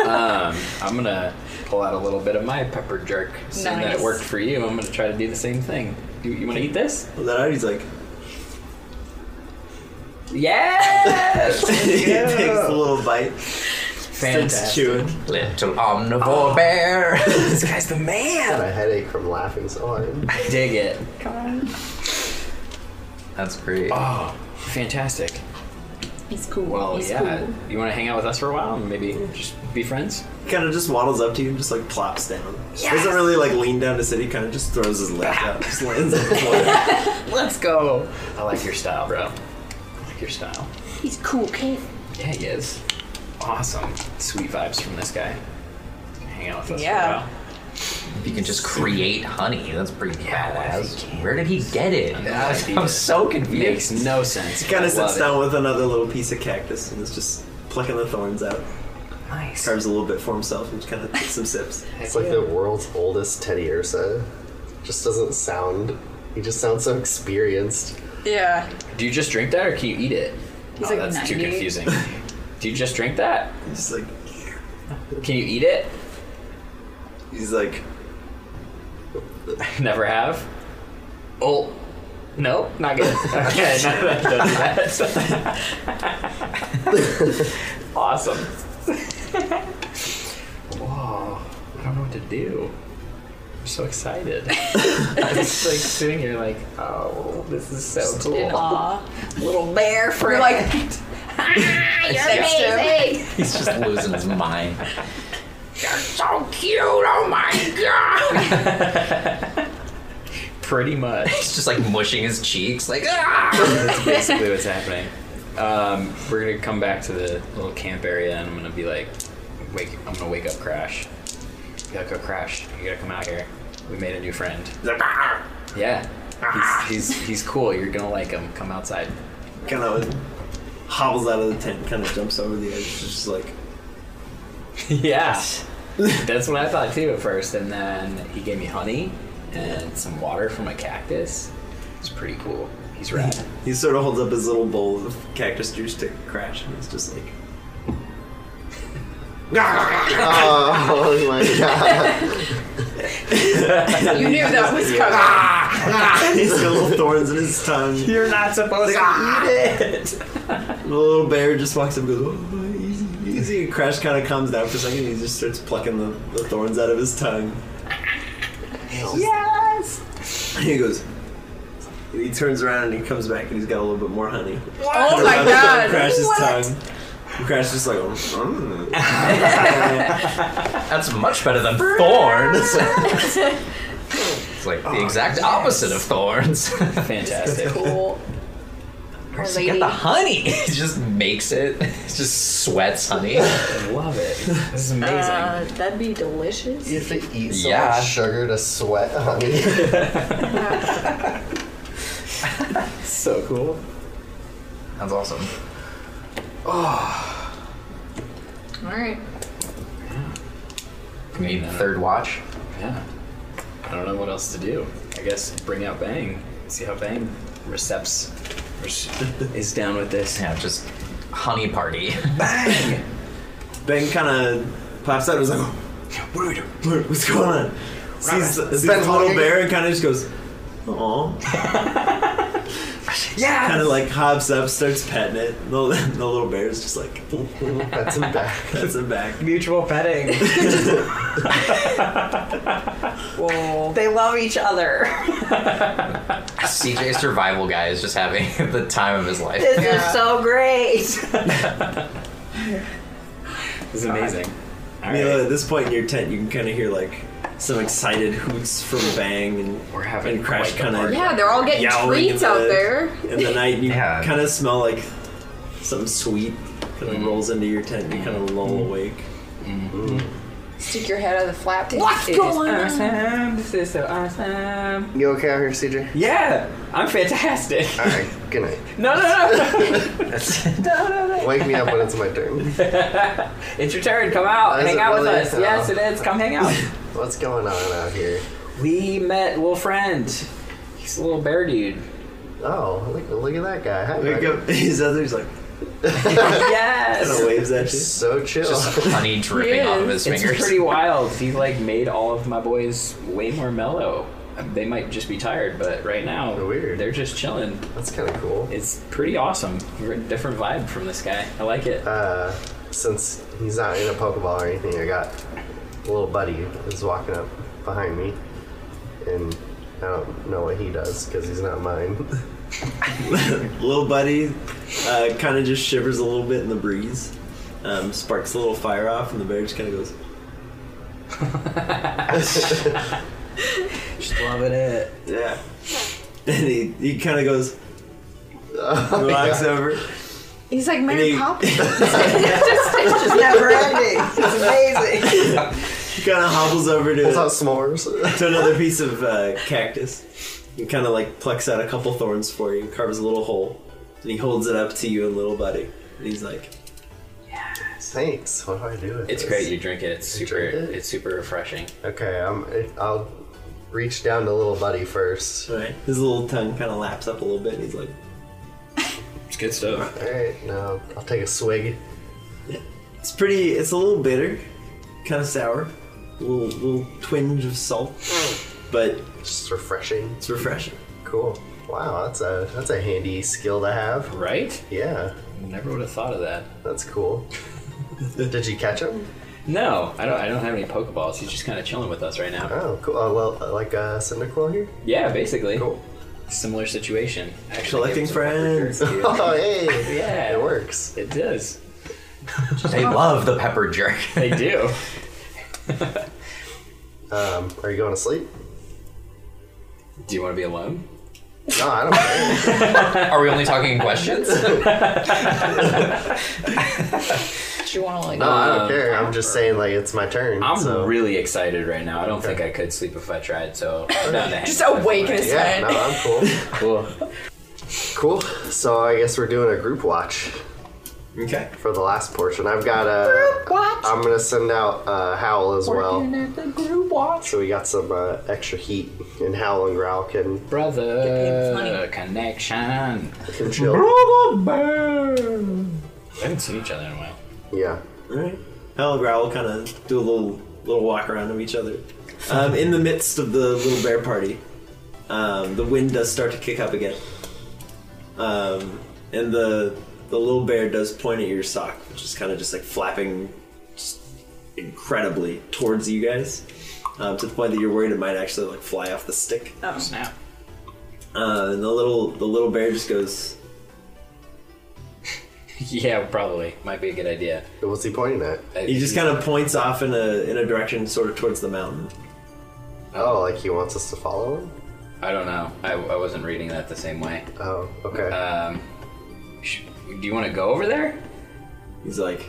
Speaker 8: Um, I'm gonna pull out a little bit of my pepper jerk. Seeing that
Speaker 3: Nice.
Speaker 8: it worked for you, I'm gonna try to do the same thing. You, you want to eat this?
Speaker 7: "Well, that out?" He's like,
Speaker 8: Yes!
Speaker 7: he takes a little bite, starts
Speaker 8: Fantastic. Oh,
Speaker 7: chewing.
Speaker 6: Little omnivore bear.
Speaker 8: This guy's the man.
Speaker 2: Got a headache from laughing so hard.
Speaker 8: Dig it.
Speaker 5: That's great.
Speaker 8: Oh, fantastic.
Speaker 3: He's cool.
Speaker 8: Well,
Speaker 3: He's
Speaker 8: yeah.
Speaker 3: cool.
Speaker 8: You want to hang out with us for a while and maybe just be friends?
Speaker 7: Kind of just waddles up to you and just like plops down. Doesn't really like lean down to sit. He kind of just throws his legs out, just lands on the floor.
Speaker 8: Let's go. I like your style, bro. I like your style.
Speaker 3: He's cool, Kate.
Speaker 8: Yeah, he is. Awesome. Sweet vibes from this guy. Hang out with us
Speaker 3: Yeah.
Speaker 8: for a while.
Speaker 6: You can just create honey. That's pretty
Speaker 8: Yeah,
Speaker 6: badass. Where did he get it?
Speaker 8: I have no idea.
Speaker 6: I'm so confused.
Speaker 8: Makes no sense.
Speaker 7: Kind
Speaker 8: I
Speaker 7: of sits
Speaker 8: love it.
Speaker 7: down with another little piece of cactus and is just plucking the thorns out.
Speaker 8: Nice.
Speaker 7: Carves a little bit for himself and kind of takes some sips.
Speaker 2: It's like the world's oldest Teddy Ursa. Just doesn't sound. He just sounds so experienced.
Speaker 3: Yeah.
Speaker 8: Do you just drink that or can you eat it?
Speaker 3: He's
Speaker 8: oh,
Speaker 3: like
Speaker 8: that's too
Speaker 3: 98.
Speaker 8: confusing. Do you just drink that?
Speaker 7: He's just like,
Speaker 8: Can you eat it?
Speaker 7: he's like,
Speaker 8: Never have. Oh, no, not good. Okay, no, that does that. awesome. Whoa, I don't know what to do. I'm so excited. I'm just like sitting here, like, oh, this is so cool.
Speaker 3: Aw. Little bear friend. You're like, ah, you're amazing.
Speaker 6: He's just losing his mind.
Speaker 8: Pretty much.
Speaker 6: He's just like mushing his cheeks, like ah.
Speaker 8: That's basically what's happening. Um, we're gonna come back to the little camp area, and I'm gonna be like, "Wake! I'm gonna wake up, Crash. You gotta go, Crash. You gotta come out here. We made a new friend.
Speaker 7: he's like "Ah!"
Speaker 8: Yeah, he's he's, he's cool. You're gonna like him. Come outside.
Speaker 7: kind of hobbles out of the tent, kind of jumps over the edge, just like,
Speaker 8: yeah, that's what I thought too at first, and then he gave me honey, and and some water from a cactus. It's pretty cool. He's rad.
Speaker 7: He sort of holds up his little bowl of cactus juice to Crash, and it's just like.
Speaker 2: oh my god.
Speaker 3: You knew that was coming.
Speaker 7: He's got little thorns in his tongue. Ah,
Speaker 8: You're not supposed
Speaker 7: the little bear just walks up and goes, oh, easy, easy. And Crash kind of calms down for a second. And he just starts plucking the, the thorns out of his tongue. Yes! And he goes, and he turns around and he comes back and he's got a little bit more honey.
Speaker 3: Oh my
Speaker 7: Around
Speaker 3: god.
Speaker 7: Crash's
Speaker 3: What?
Speaker 7: tongue. And Crash just like, mm.
Speaker 6: That's much better than thorns.
Speaker 5: It's like the exact opposite of thorns.
Speaker 8: Fantastic.
Speaker 3: Cool. Our
Speaker 5: Just Get
Speaker 3: lady.
Speaker 5: the honey. It just makes it. It just sweats honey.
Speaker 8: I love it. This is amazing.
Speaker 3: Uh, that'd be delicious.
Speaker 2: You have to eat so
Speaker 5: Yeah.
Speaker 2: much sugar to sweat honey.
Speaker 8: so cool.
Speaker 5: That's awesome.
Speaker 3: All right.
Speaker 5: We need a third watch.
Speaker 8: Yeah. I don't know what else to do. I guess bring out Bang. See how Bang recepts is down with this.
Speaker 5: Yeah, just honey party.
Speaker 7: bang! Ben kind of pops out and was like, what are we doing? What- What's going on? Sees, sees the
Speaker 2: Ben
Speaker 7: little
Speaker 2: hugging.
Speaker 7: bear and kind of just goes, aw.
Speaker 8: Yeah.
Speaker 7: Kind of like hops up, starts petting it. The, the little bear is just like,
Speaker 2: That's a back.
Speaker 7: that's a back.
Speaker 8: mutual petting.
Speaker 3: Whoa.
Speaker 12: They love each other.
Speaker 5: CJ survival guy is just having the time of his life.
Speaker 12: This
Speaker 3: Yeah.
Speaker 12: is so great.
Speaker 8: This is amazing. All
Speaker 7: Mila,
Speaker 8: right.
Speaker 7: at this point in your tent, you can kind of hear like some excited hoots from Bang and
Speaker 8: We're having
Speaker 7: and Crash
Speaker 8: quite the
Speaker 7: kind of
Speaker 8: party.
Speaker 3: Yeah, they're all getting
Speaker 7: yowling in
Speaker 3: treats out
Speaker 7: the-
Speaker 3: there.
Speaker 7: in the night. You
Speaker 5: Yeah.
Speaker 7: kind of smell like something sweet. Kind of rolls into your tent. and You kind of lull awake.
Speaker 3: Stick your head out of the flap.
Speaker 12: What's going on?
Speaker 8: Awesome. Um, This is so awesome.
Speaker 2: You okay out here, CJ?
Speaker 8: Yeah, I'm fantastic.
Speaker 2: Alright, good night.
Speaker 8: No, no,
Speaker 2: Wake me up when it's my turn.
Speaker 8: no. it's your turn. Come out.
Speaker 2: Is
Speaker 8: Hang
Speaker 2: it
Speaker 8: out with
Speaker 2: really? Oh.
Speaker 8: us. Yes, it is. Come hang out.
Speaker 2: What's going on out here?
Speaker 8: we met Will Friend. He's a little bear dude.
Speaker 2: Oh, look, look at that guy. Hi,
Speaker 7: Wake
Speaker 2: buddy.
Speaker 7: up. He's out there. He's like
Speaker 8: yes.
Speaker 7: kind of waves at you.
Speaker 2: So chill.
Speaker 5: Just honey dripping off of his
Speaker 8: It's
Speaker 5: fingers.
Speaker 8: pretty wild. He like made all of my boys way more mellow. They might just be tired, but right now
Speaker 2: Weird.
Speaker 8: they're just chilling.
Speaker 2: That's kind of cool.
Speaker 8: It's pretty awesome. We're a different vibe from this guy. I like it.
Speaker 2: Uh, since he's not in a Pokeball or anything, I got a little buddy who's walking up behind me, and I don't know what he does because he's not mine.
Speaker 7: Little buddy uh, kind of just shivers a little bit in the breeze. Um, sparks a little fire off, and the bear just kind of goes.
Speaker 8: Just loving it.
Speaker 7: Yeah. And he, he kind of goes, walks over.
Speaker 3: He's like
Speaker 7: And
Speaker 3: Mary
Speaker 7: he-
Speaker 3: Poppins.
Speaker 12: It's just never ending. It's amazing.
Speaker 7: He kind of hobbles over to,
Speaker 2: It's not s'mores.
Speaker 7: to another piece of uh, cactus. He kind of like plucks out a couple thorns for you and carves a little hole. And he holds it up to you and little buddy. And he's like,
Speaker 2: Thanks. What do I do with
Speaker 8: It's
Speaker 2: this?
Speaker 8: great. You drink it. It's super.
Speaker 2: drink it?
Speaker 8: It's super refreshing.
Speaker 2: Okay, I'm, I'll reach down to little buddy first.
Speaker 7: all right. His little tongue kind of laps up a little bit. And he's like,
Speaker 8: It's good stuff.
Speaker 2: All right, now I'll take a swig.
Speaker 7: it's pretty, it's a little bitter, kind of sour, a little, little twinge of salt, but
Speaker 2: Just refreshing.
Speaker 7: it's refreshing.
Speaker 2: Cool. Wow, that's a that's a handy skill to have.
Speaker 8: Right?
Speaker 2: Yeah,
Speaker 8: Never would have thought of that.
Speaker 2: that's cool. Did you catch him?
Speaker 8: No, I don't. I don't have any pokeballs. He's just kind of chilling with us right now.
Speaker 2: Oh, cool. Uh, well, like a uh, Cyndaquil here.
Speaker 8: Yeah, basically.
Speaker 2: Cool.
Speaker 8: Similar situation. Actually,
Speaker 7: Collecting
Speaker 8: gave us a
Speaker 7: friends.
Speaker 8: pepper jerky.
Speaker 2: Oh, hey,
Speaker 8: Yeah.
Speaker 2: it works.
Speaker 8: It does.
Speaker 5: They love the pepper jerk.
Speaker 8: They do.
Speaker 2: Um, are you going to sleep?
Speaker 8: Do you want to be alone?
Speaker 2: No, I don't care.
Speaker 5: Are we only talking questions?
Speaker 3: Do you want to like?
Speaker 2: No, I
Speaker 8: Um,
Speaker 2: don't care. I'm just saying, like, it's my turn.
Speaker 8: I'm
Speaker 2: so.
Speaker 8: really excited right now. I don't think I could sleep if I tried. So I'm down to hang
Speaker 3: Just
Speaker 8: out with
Speaker 3: awake
Speaker 8: everyone.
Speaker 3: his
Speaker 2: Yeah,
Speaker 3: head.
Speaker 2: no, I'm cool.
Speaker 8: Cool.
Speaker 2: cool. So I guess we're doing a group watch.
Speaker 7: Okay.
Speaker 2: For the last portion, I've got a. I'm gonna send out uh, howl as well.
Speaker 4: the group watch.
Speaker 2: So we got some uh, extra heat, and howl and growl can
Speaker 8: Brother connection.
Speaker 2: can chill.
Speaker 8: We haven't seen each other in a while.
Speaker 2: Yeah.
Speaker 7: All right. Hell and Growl kind of do a little little walk around of each other. Um, in the midst of the little bear party, um, the wind does start to kick up again, um, and the the little bear does point at your sock, which is kind of just like flapping just incredibly towards you guys, um, to the point that you're worried it might actually like fly off the stick.
Speaker 3: Oh snap!
Speaker 7: Uh, and the little the little bear just goes,
Speaker 8: yeah, probably. Might be a good idea.
Speaker 2: What's he pointing at?
Speaker 7: he just kind of points off in a in a direction, sort of towards the mountain.
Speaker 2: Oh, like he wants us to follow him?
Speaker 8: I don't know. I, I wasn't reading that the same way.
Speaker 2: Oh, okay.
Speaker 8: Um, sh- do you want to go over there?
Speaker 7: He's like,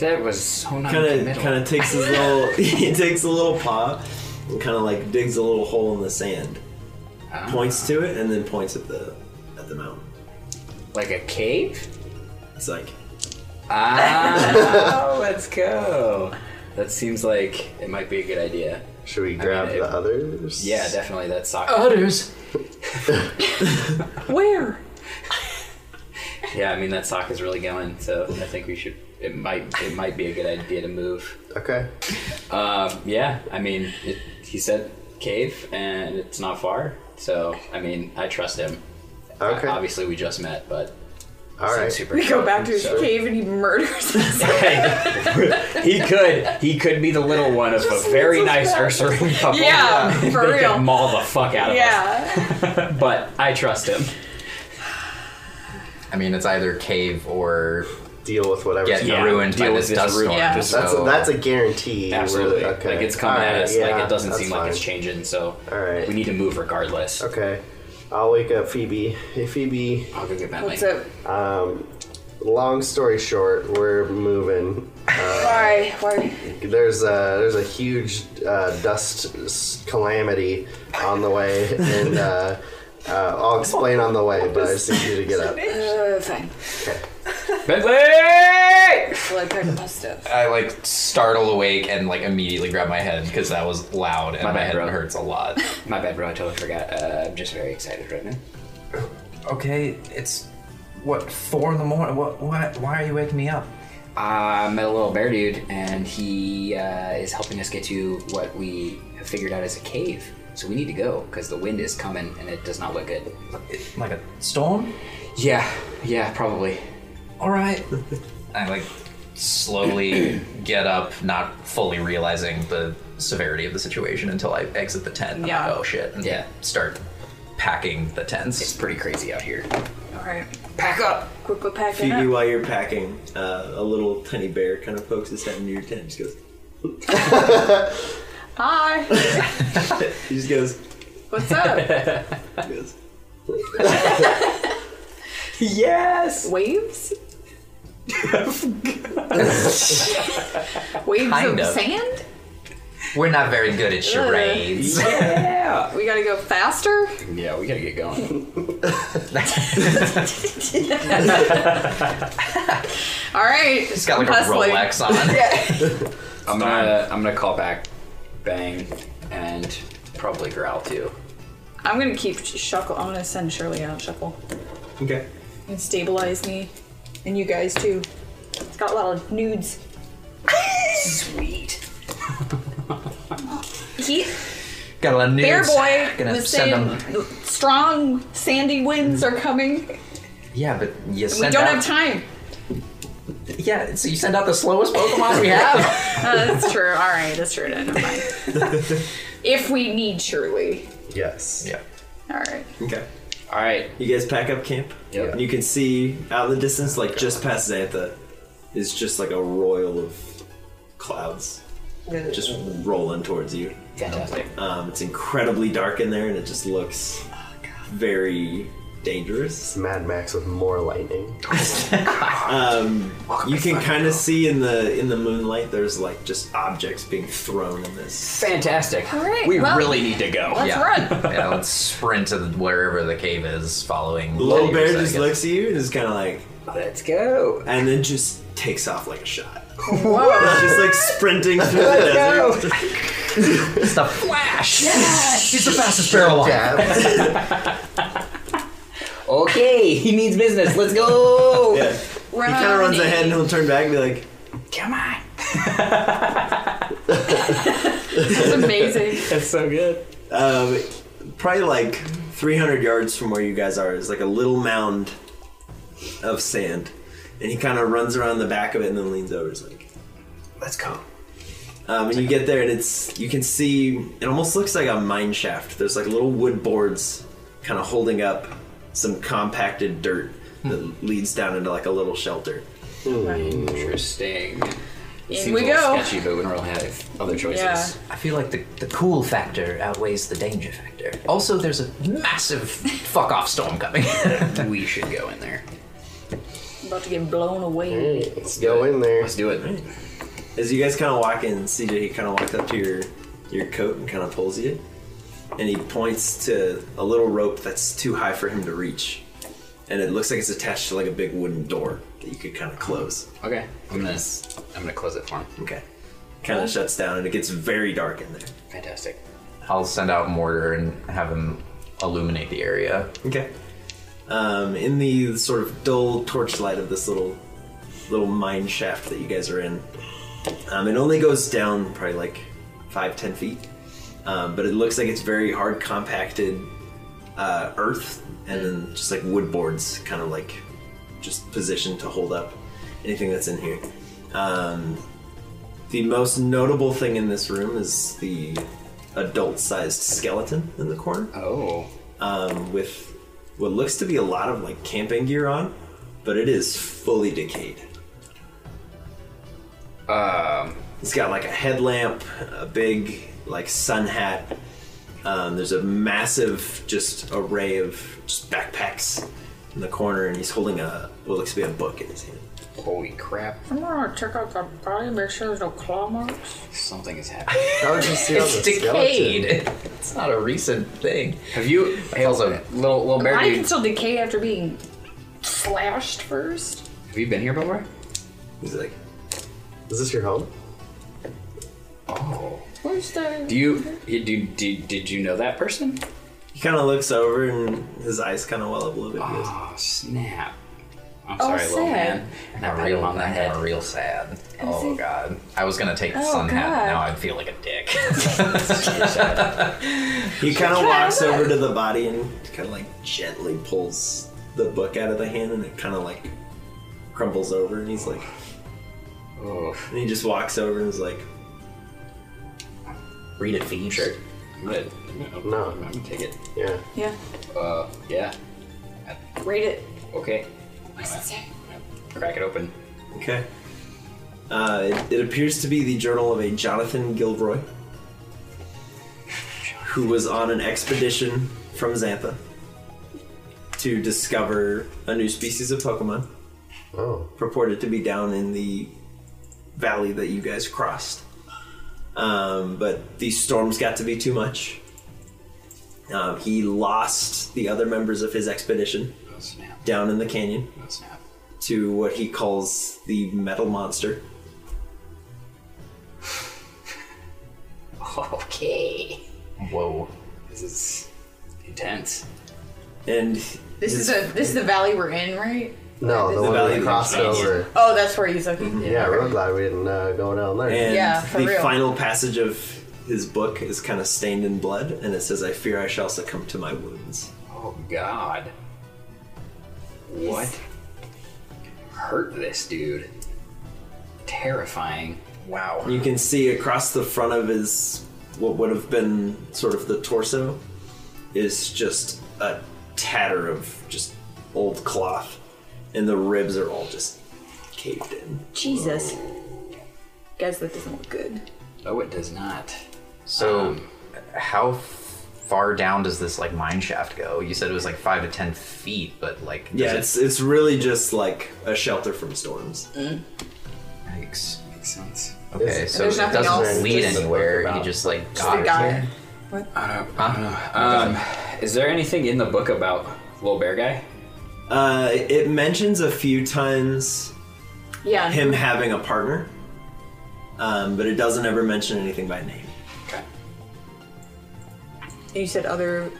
Speaker 8: That was so not
Speaker 7: kind of kind of takes his little he takes a little paw and kind of like digs a little hole in the sand points to it and then points at the at the mountain
Speaker 8: like a cave.
Speaker 7: it's like
Speaker 8: Ah, let's go. That seems like it might be a good idea.
Speaker 2: Should we grab
Speaker 8: mean, it-
Speaker 2: the others?
Speaker 8: Yeah, definitely. That's soccer.
Speaker 6: Others.
Speaker 3: Where?
Speaker 8: Yeah, I mean that sock is really going, so I think we should. It might it might be a good idea to move.
Speaker 2: Okay.
Speaker 8: Um, yeah, I mean it, he said cave, and it's not far, so I mean I trust him.
Speaker 2: Okay.
Speaker 8: Uh, obviously, we just met, but
Speaker 2: All right.
Speaker 3: We go back to his cave and he murders us.
Speaker 8: he could he could be the little one of a very nice Ursaring couple.
Speaker 3: Yeah, for
Speaker 8: They could
Speaker 3: real.
Speaker 8: maul the fuck out of
Speaker 3: yeah.
Speaker 8: us. But I trust him.
Speaker 5: I mean, it's either cave or
Speaker 2: Deal with whatever.
Speaker 5: get
Speaker 8: Yeah,
Speaker 5: ruined by
Speaker 8: deal
Speaker 5: this
Speaker 8: with this
Speaker 5: dust
Speaker 8: ruin.
Speaker 5: storm.
Speaker 3: Yeah.
Speaker 2: That's
Speaker 5: so-
Speaker 2: a, that's a guarantee. we're-
Speaker 8: Absolutely.
Speaker 2: Okay.
Speaker 8: Like it's coming
Speaker 2: All
Speaker 8: at
Speaker 2: right,
Speaker 8: us. like
Speaker 2: yeah,
Speaker 8: it doesn't
Speaker 2: that's
Speaker 8: seem like it's
Speaker 2: fine.
Speaker 8: changing. So
Speaker 2: All right.
Speaker 8: we need to move regardless.
Speaker 2: Okay. I'll wake up Phoebe. Hey, Phoebe.
Speaker 8: I'll go get Bentley.
Speaker 3: What's up?
Speaker 2: Long story short, we're moving.
Speaker 3: Why? Why?
Speaker 2: There's a there's a huge uh, dust s- calamity on the way, and uh, uh, I'll explain on the way. But I just need you to get up.
Speaker 3: Uh, fine.
Speaker 8: Bentley!
Speaker 3: Well, I packed my stuff.
Speaker 5: I like startle awake and like immediately grab my head because that was loud and
Speaker 8: My
Speaker 5: my,
Speaker 8: bad,
Speaker 5: head
Speaker 8: bro.
Speaker 5: hurts a lot.
Speaker 8: My bad, bro. I totally forgot. Uh, I'm just very excited right now.
Speaker 5: okay, it's what four in the morning. What? Why? Why are you waking me up?
Speaker 8: I met a little bear dude, and he uh, is helping us get to what we have figured out is a cave. So we need to go because the wind is coming, and it does not look good.
Speaker 5: Like a storm?
Speaker 8: Yeah, yeah, probably.
Speaker 5: All right. I like slowly get up, not fully realizing the severity of the situation until I exit the tent. I'm like,
Speaker 3: Yeah.
Speaker 5: oh shit. And
Speaker 8: Yeah.
Speaker 5: Start packing the tents.
Speaker 8: It's pretty crazy out here.
Speaker 3: All right.
Speaker 8: Pack up.
Speaker 3: Quick, but packing
Speaker 7: phoebe
Speaker 3: up.
Speaker 7: while you're packing uh, a little tiny bear kind of pokes his head into your tent and just goes
Speaker 3: Hi.
Speaker 7: he just goes,
Speaker 3: What's up?
Speaker 7: he goes
Speaker 8: Yes.
Speaker 3: Waves? Waves
Speaker 5: Kind
Speaker 3: of,
Speaker 5: of.
Speaker 3: sand?
Speaker 5: We're not very good at charades.
Speaker 8: Yeah.
Speaker 3: We gotta go faster?
Speaker 8: yeah, we gotta get going.
Speaker 3: All right.
Speaker 5: He's got like a Rolex on.
Speaker 8: I'm gonna I'm gonna call back, bang, and probably growl too.
Speaker 3: I'm gonna keep Shuckle. I'm gonna send Shirley out, Shuckle.
Speaker 7: okay
Speaker 3: And stabilize me. And you guys too. It's got a lot of nudes. Sweet. he,
Speaker 5: Got a lot of
Speaker 3: Bear
Speaker 5: nudes.
Speaker 3: Boy
Speaker 5: Gonna
Speaker 3: was
Speaker 5: send
Speaker 3: saying
Speaker 5: them. Mm.
Speaker 3: strong sandy winds are coming.
Speaker 5: Yeah, but you
Speaker 3: We
Speaker 5: send
Speaker 3: don't
Speaker 5: out.
Speaker 3: have time.
Speaker 5: Yeah, so you send out the slowest Pokemon we have.
Speaker 3: Oh, that's true. All right, that's true. Then. Never mind. if we need Shirley.
Speaker 2: Yes.
Speaker 5: yeah.
Speaker 3: All right.
Speaker 7: okay
Speaker 8: All right.
Speaker 7: you guys pack up camp
Speaker 8: Yep.
Speaker 7: and you can see out in the distance like just past xantha is just like a royal of clouds just rolling towards you
Speaker 8: Fantastic.
Speaker 7: Um, it's incredibly dark in there, and it just looks
Speaker 8: Oh,
Speaker 7: very dangerous.
Speaker 2: Mad Max with more lightning.
Speaker 7: You can kind of see in the in the moonlight. There's like just objects being thrown in this.
Speaker 8: Fantastic.
Speaker 3: All right.
Speaker 8: We
Speaker 3: well,
Speaker 8: really need to go.
Speaker 3: Let's
Speaker 5: Yeah.
Speaker 3: run.
Speaker 5: yeah, let's sprint to wherever the cave is, following.
Speaker 7: The little
Speaker 5: Teddy or
Speaker 7: bear
Speaker 5: something, I
Speaker 7: just
Speaker 5: guess.
Speaker 7: looks at you and is kind of like,
Speaker 9: Let's go.
Speaker 7: And then just takes off like a shot.
Speaker 9: Whoa.
Speaker 7: She's like sprinting through the
Speaker 9: Let's
Speaker 7: desert.
Speaker 5: It's the
Speaker 9: flash.
Speaker 7: Yes.
Speaker 9: He's the fastest bear
Speaker 5: Oh,
Speaker 9: alive. okay, he means business. Let's go.
Speaker 7: He kind of runs ahead and he'll turn back and be like,
Speaker 9: Come on.
Speaker 3: It's amazing.
Speaker 7: That's so good. Um, probably like 300 yards from where you guys are is like a little mound of sand. And he kind of runs around the back of it and then leans over. He's like, let's go. Um, and you get there and it's, you can see, it almost looks like a mine shaft. There's like little wood boards kind of holding up some compacted dirt that leads down into like a little shelter.
Speaker 8: Interesting.
Speaker 3: In we go.
Speaker 8: sketchy, but we don't really have other choices.
Speaker 3: Yeah.
Speaker 6: I feel like the, the cool factor outweighs the danger factor. Also, there's a massive fuck off storm coming.
Speaker 9: we should go in there.
Speaker 3: I'm about to get blown
Speaker 5: Mm.
Speaker 3: away.
Speaker 7: Let's go in there. Let's do it. As you guys kind of walk in, CJ he kind of walks up to your your coat and kind of pulls you, and he points to a little rope that's too high for him to reach, and it looks like it's attached to like a big wooden door that you could kind of close.
Speaker 8: Okay. I'm gonna I'm gonna close it for him.
Speaker 7: Okay. Kind of shuts down, and it gets very dark in there.
Speaker 8: Fantastic.
Speaker 5: I'll send out mortar and have him illuminate the area.
Speaker 7: Okay. Um, in the sort of dull torchlight of this little little mine shaft that you guys are in, um, it only goes down probably like five, ten feet. Um, but it looks like it's very hard compacted uh, earth and then just like wood boards, kind of like just positioned to hold up anything that's in here. Um, the most notable thing in this room is the adult sized skeleton in the corner.
Speaker 8: Oh.
Speaker 7: Um, with what looks to be a lot of like camping gear on, but it is fully decayed. Um, it's got like a headlamp, a big like sun hat. Um, there's a massive just array of just backpacks in the corner, and he's holding a what looks to be a book in his hand.
Speaker 8: Holy crap!
Speaker 3: I'm gonna check out that body, make sure there's no claw marks.
Speaker 8: Something is happening.
Speaker 2: How would you see all the
Speaker 5: It's decayed. It's not a recent thing.
Speaker 8: Have you? Hey, also, little little bear
Speaker 3: I
Speaker 8: dude.
Speaker 3: can still decay after being slashed first.
Speaker 8: Have you been here before?
Speaker 7: He's like,
Speaker 2: Is this your home?
Speaker 8: Oh.
Speaker 3: Where's the?
Speaker 8: Do you? you- Do, do, did you know that person?
Speaker 7: He kind of looks over, and his eyes kind of well up a little bit. He goes,
Speaker 8: Oh snap! I'm
Speaker 3: Oh,
Speaker 8: sorry, little
Speaker 3: sad.
Speaker 8: man. And I pat him on the head.
Speaker 5: real sad. Oh
Speaker 3: see.
Speaker 5: god. I was gonna take the
Speaker 3: Oh,
Speaker 5: sun hat.
Speaker 3: God.
Speaker 5: but Now I feel like a dick.
Speaker 7: He kind of
Speaker 3: Try
Speaker 7: walks
Speaker 3: that.
Speaker 7: over to the body and kind of like gently pulls the book out of the hand, and it kind of like crumbles over. And he's like,
Speaker 8: Oh,
Speaker 7: and he just walks over and is like,
Speaker 6: Read it, fiend.
Speaker 8: sure. I'm gonna, no, I'm gonna take it.
Speaker 2: Yeah.
Speaker 3: Yeah.
Speaker 8: Uh, yeah.
Speaker 3: Read it.
Speaker 8: Okay. Crack it open.
Speaker 7: okay. Uh, it, it appears to be the journal of a Jonathan Gilroy, who was on an expedition from Xantha to discover a new species of Pokemon.
Speaker 2: Oh.
Speaker 7: purported to be down in the valley that you guys crossed. Um, but these storms got to be too much. Um, he lost the other members of his expedition
Speaker 8: Oh snap!
Speaker 7: down in the canyon
Speaker 8: Oh snap!
Speaker 7: to what he calls the metal monster.
Speaker 8: Okay.
Speaker 5: Whoa.
Speaker 8: This is intense.
Speaker 7: And
Speaker 3: This
Speaker 7: his-
Speaker 3: is a this is the valley we're in, right?
Speaker 2: No, the,
Speaker 7: The
Speaker 2: one
Speaker 7: valley
Speaker 2: we crossed
Speaker 7: of the
Speaker 2: over.
Speaker 3: Oh, that's where he's looking.
Speaker 2: Yeah, real glad we didn't uh, go down there.
Speaker 7: And
Speaker 3: Yeah, for
Speaker 7: the
Speaker 3: real.
Speaker 7: final passage of his book is kind of stained in blood, and it says, I fear I shall succumb to my wounds.
Speaker 8: Oh god. What? Hurt this dude. Terrifying. Wow.
Speaker 7: You can see across the front of his what would have been sort of the torso is just a tatter of just old cloth, and the ribs are all just caved in.
Speaker 3: Jesus. Guys, that doesn't look good.
Speaker 8: Oh, it does not. Um,
Speaker 5: So, how f- far down does this like mine shaft go? You said it was like five to ten feet, but like does
Speaker 7: Yeah,
Speaker 5: it-
Speaker 7: it's it's really just like a shelter from storms.
Speaker 5: Yikes.
Speaker 8: Makes sense.
Speaker 5: Okay, so it
Speaker 3: there's
Speaker 5: doesn't
Speaker 3: nothing else.
Speaker 5: lead
Speaker 3: Just-
Speaker 5: anywhere. You just Uh, like got
Speaker 3: The guy.
Speaker 5: it.
Speaker 8: Um, is there anything in the book about little bear guy?
Speaker 7: Uh, it mentions a few times
Speaker 3: Yeah.
Speaker 7: him having a partner, um, but it doesn't ever mention anything by name.
Speaker 3: And you said other.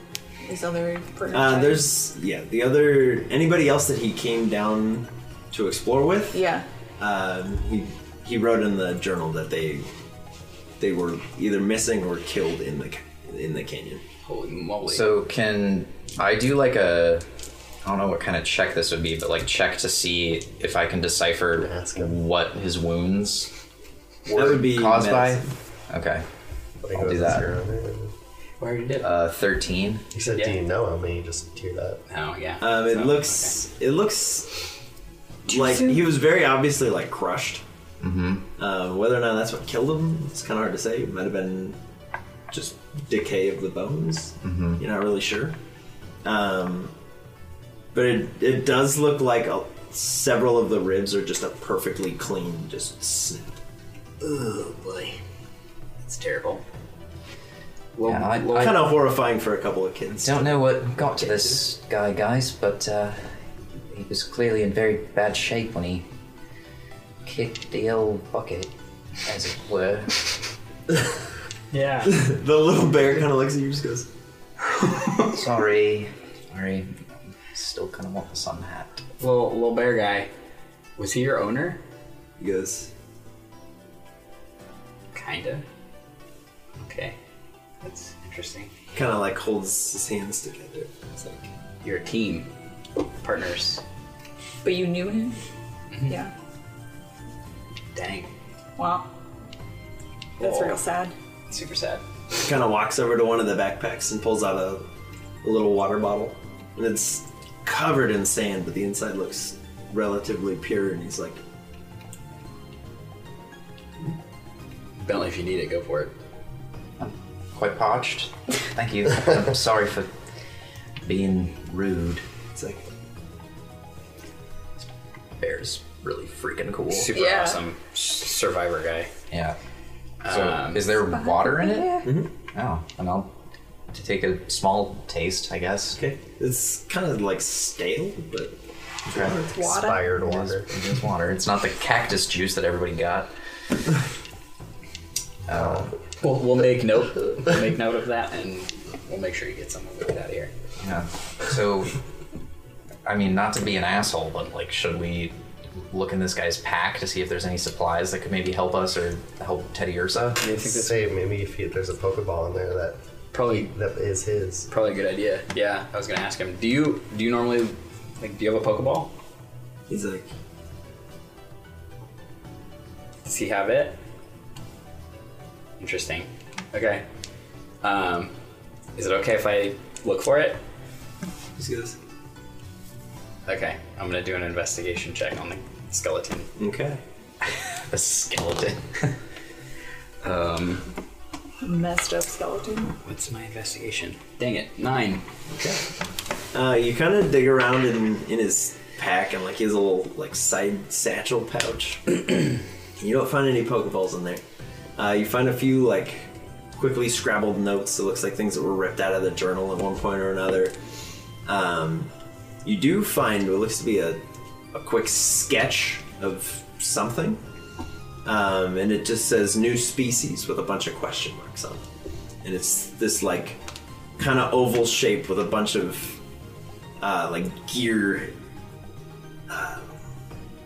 Speaker 3: These other partners.
Speaker 7: Uh, there's yeah the other anybody else that he came down to explore with.
Speaker 3: Yeah.
Speaker 7: Um, he he wrote in the journal that they they were either missing or killed in the ca- in the canyon.
Speaker 8: Holy moly!
Speaker 5: So can I do like a I don't know what kind of check this would be, but like check to see if I can decipher what his wounds were
Speaker 7: would be
Speaker 5: caused
Speaker 7: medicine.
Speaker 5: by. Okay,
Speaker 2: Like,
Speaker 5: I'll
Speaker 2: what
Speaker 5: do
Speaker 2: is
Speaker 5: that.
Speaker 2: your other-
Speaker 9: Where did it?
Speaker 5: Uh, Thirteen.
Speaker 2: Except do you know him? And you just do that.
Speaker 9: Oh yeah.
Speaker 8: Uh,
Speaker 7: Um, it looks it looks like he was very obviously like crushed.
Speaker 5: Mm-hmm.
Speaker 7: Um, whether or not that's what killed him, it's kind of hard to say. It might have been just decay of the bones.
Speaker 5: Mhm.
Speaker 7: You're not really sure. Um, but it, it does look like a, several of the ribs are just a perfectly clean, just snip.
Speaker 9: Oh boy, that's terrible.
Speaker 5: Well, yeah, I, I
Speaker 7: kind of horrifying for a couple of kids.
Speaker 6: Don't know what got to this guy, guys, but uh, he was clearly in very bad shape when he kicked the old bucket, as it were.
Speaker 4: Yeah.
Speaker 7: the little bear kind of looks at you and just goes,
Speaker 6: sorry, sorry. Still kind of want the sun hat.
Speaker 8: little little bear guy, was he your owner?
Speaker 7: he goes,
Speaker 8: Kinda. Okay, that's interesting.
Speaker 7: kind of like holds his hands together. It's like,
Speaker 8: You're a team, partners.
Speaker 3: But you knew him? Yeah.
Speaker 8: Dang,
Speaker 3: Wow. That's
Speaker 8: Aw.
Speaker 3: real sad.
Speaker 8: super sad.
Speaker 7: kind of walks over to one of the backpacks and pulls out a, a little water bottle. And it's covered in sand, but the inside looks relatively pure. And he's like,
Speaker 8: Bentley, if you need it, go for it.
Speaker 6: Quite parched. Thank you. I'm sorry for being rude.
Speaker 7: it's like,
Speaker 6: Bear's really freaking cool.
Speaker 8: Super
Speaker 3: Yeah.
Speaker 8: awesome s- survivor guy.
Speaker 5: yeah. So
Speaker 8: Um,
Speaker 5: is there water in it? Oh, and I'll to take a small taste, I guess.
Speaker 7: okay. It's kind of like stale, but
Speaker 5: Okay.
Speaker 3: Water.
Speaker 2: Fired
Speaker 5: It is,
Speaker 2: water.
Speaker 5: it is water. It's not the cactus juice that everybody got.
Speaker 8: We'll, we'll make note. We'll make note of that, and we'll make sure you get some of it out of here.
Speaker 5: Yeah. So, I mean, not to be an asshole, but like, should we look in this guy's pack to see if there's any supplies that could maybe help us or help Teddy Ursa?
Speaker 8: I think that's
Speaker 2: Say maybe if you, there's a Pokeball in there that
Speaker 8: probably
Speaker 2: that is his.
Speaker 8: probably a good idea. Yeah, I was gonna ask him. Do you do you normally like do you have a Pokeball?
Speaker 7: he's like,
Speaker 8: Does he have it? Interesting. Okay. Um, is it okay if I look for it?
Speaker 7: he goes,
Speaker 8: Okay, I'm gonna do an investigation check on the skeleton.
Speaker 7: okay.
Speaker 5: A skeleton.
Speaker 8: Um,
Speaker 3: Messed up skeleton.
Speaker 8: what's my investigation? Dang it, nine.
Speaker 7: Uh, you kind of dig around in, in his pack, and like he has a little like side satchel pouch. you don't find any Pokeballs in there. Uh, you find a few like quickly scrabbled notes. It looks like things that were ripped out of the journal at one point or another. Um, you do find what looks to be a, a quick sketch of something, um, and it just says "new species" with a bunch of question marks on it, and it's this like kind of oval shape with a bunch of uh, like gear, uh,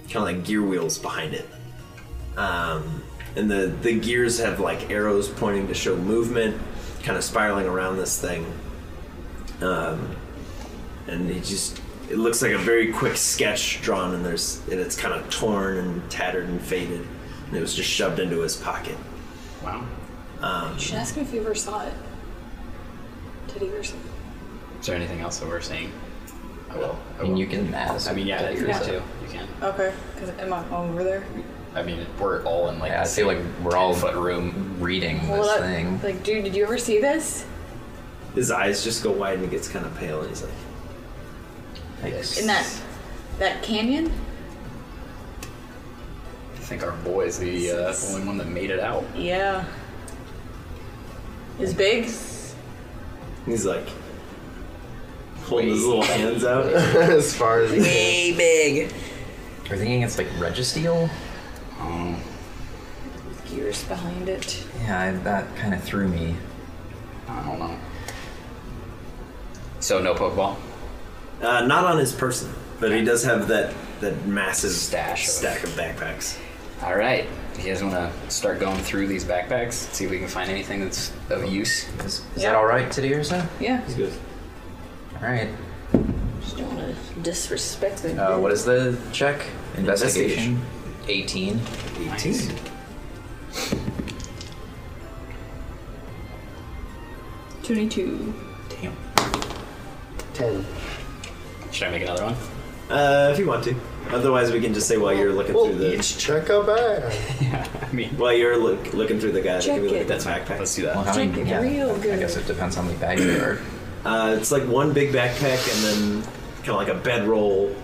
Speaker 7: kind of like gear wheels behind it. Um, and the the gears have like arrows pointing to show movement, kind of spiraling around this thing. Um, and it just it looks like a very quick sketch drawn, and there's and it's kind of torn and tattered and faded, and it was just shoved into his pocket.
Speaker 8: Wow.
Speaker 3: You should ask him if you ever saw it. Teddy Urson.
Speaker 8: Is there anything else that we're seeing? I will. I,
Speaker 5: I mean,
Speaker 8: will.
Speaker 5: you can as
Speaker 8: I mean, yeah, that
Speaker 5: Teddy
Speaker 8: yours
Speaker 5: Ursa.
Speaker 8: too. You can.
Speaker 3: Okay, because am I over there?
Speaker 8: I mean, we're all in like.
Speaker 5: Yeah, I
Speaker 8: the
Speaker 5: feel like
Speaker 8: same
Speaker 5: we're all
Speaker 8: 10 foot room.
Speaker 5: reading this
Speaker 3: Well, that-
Speaker 5: thing.
Speaker 3: Like, dude, did you ever see this?
Speaker 7: His eyes just go wide, and he gets kind of pale, and he's like,
Speaker 5: Yes.
Speaker 3: In that that canyon?
Speaker 8: I think our boy is the uh, only one that made it out.
Speaker 3: Yeah. Is big?
Speaker 7: He's like, holding his little hands out
Speaker 2: as far as he
Speaker 12: Way big.
Speaker 5: We're thinking it's like Registeel.
Speaker 3: Gears behind it.
Speaker 5: Yeah, I, that kind of threw me.
Speaker 8: I don't know. So no Pokeball.
Speaker 7: Uh, not on his person, but he does have that that massive stash stack of backpacks.
Speaker 8: All right, you guys want to start going through these backpacks, see if we can find anything that's of use.
Speaker 5: Is, is that all right to do or so?
Speaker 3: Yeah.
Speaker 7: good.
Speaker 5: All right.
Speaker 3: Just don't want to disrespect the.
Speaker 5: Uh, what is the check?
Speaker 7: Investigation.
Speaker 5: Investigation. Eighteen.
Speaker 7: Eighteen.
Speaker 3: Twenty-two.
Speaker 5: Damn.
Speaker 2: Ten.
Speaker 8: Should I make another one?
Speaker 7: Uh, if you want to. Otherwise, we can just say while you're looking through the
Speaker 2: Check out back.
Speaker 8: I mean,
Speaker 7: while you're look, looking through the guy.
Speaker 3: Check
Speaker 7: can we look at
Speaker 3: it.
Speaker 7: that backpack?
Speaker 8: let's do that.
Speaker 5: Well, how many?
Speaker 3: Check it
Speaker 5: yeah,
Speaker 3: real
Speaker 5: I
Speaker 3: good.
Speaker 5: guess it depends how many bags there are.
Speaker 7: Uh, it's like one big backpack and then kind of like a bedroll,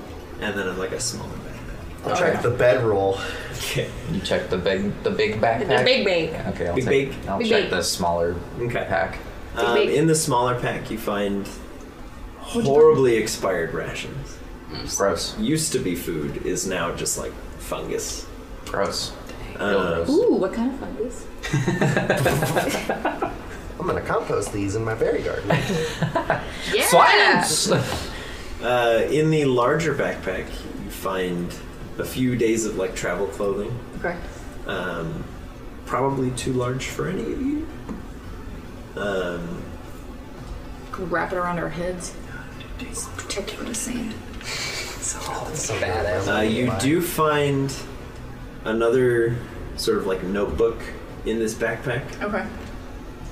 Speaker 7: and then like a smaller backpack.
Speaker 2: I'll check the bedroll.
Speaker 7: Okay.
Speaker 5: You check the big, the big backpack.
Speaker 3: The big bait.
Speaker 5: Yeah, Okay, I'll
Speaker 7: Big
Speaker 5: take,
Speaker 7: big.
Speaker 5: I'll
Speaker 3: Big
Speaker 5: check
Speaker 3: big.
Speaker 5: the smaller
Speaker 7: Okay.
Speaker 5: pack.
Speaker 7: Um,
Speaker 3: big.
Speaker 7: in the smaller pack, you find horribly expired rations.
Speaker 5: Gross.
Speaker 7: Used to be food, is now just like fungus.
Speaker 5: Gross. Real
Speaker 7: Uh,
Speaker 5: gross.
Speaker 3: Ooh, what kind of fungus?
Speaker 2: I'm gonna compost these in my berry garden. Oh,
Speaker 3: Yeah.
Speaker 5: Science.
Speaker 7: Uh, in the larger backpack, you find a few days of like travel clothing,
Speaker 3: Okay.
Speaker 7: um, probably too large for any of you. Um,
Speaker 3: Could wrap it around our heads. Protect it from the sand.
Speaker 2: Badass.
Speaker 7: uh, you do find another sort of like notebook in this backpack,
Speaker 3: Okay.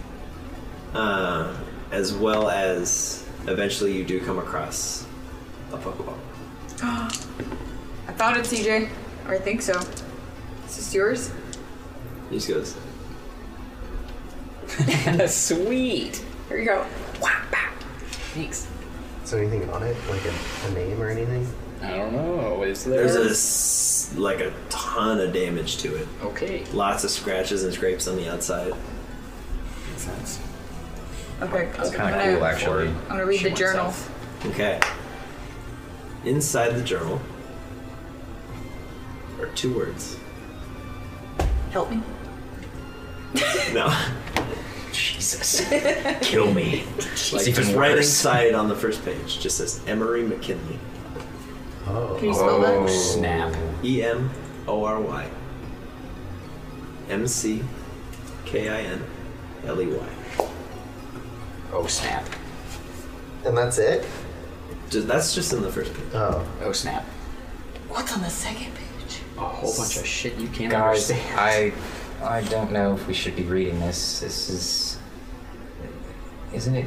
Speaker 7: uh, as well as eventually you do come across a Pokeball.
Speaker 3: I found it, CJ. Or I think so. Is this yours?
Speaker 7: He just goes,
Speaker 8: Sweet.
Speaker 3: Here you go. Wah, bah. Thanks.
Speaker 2: Is there anything on it, like a, a name or anything?
Speaker 8: I don't know. Is there?
Speaker 7: "There's a s- like a ton of damage to it.
Speaker 8: Okay.
Speaker 7: Lots of scratches and scrapes on the outside."
Speaker 8: Makes sense.
Speaker 3: Okay.
Speaker 5: That's
Speaker 3: I'm
Speaker 5: kind of
Speaker 3: gonna-
Speaker 5: cool, actually.
Speaker 3: I'm gonna read the journal.
Speaker 7: Okay. Inside the journal are two words.
Speaker 3: Help me.
Speaker 7: No,
Speaker 5: Jesus. Kill me.
Speaker 7: like
Speaker 5: it's even
Speaker 7: just right
Speaker 5: worse.
Speaker 7: inside on the first page, just says Emery McKinley,
Speaker 2: Oh.
Speaker 3: Can you spell that?
Speaker 8: Snap.
Speaker 7: E M O R Y, M C K I N L E Y.
Speaker 8: Oh snap.
Speaker 2: And that's it?
Speaker 7: Just, that's just in the first page.
Speaker 2: Oh.
Speaker 8: Oh snap.
Speaker 3: What's on the second page?
Speaker 8: A whole bunch of shit you can't
Speaker 5: Guys,
Speaker 8: understand.
Speaker 5: I, I don't know if we should be reading this. This is, isn't it,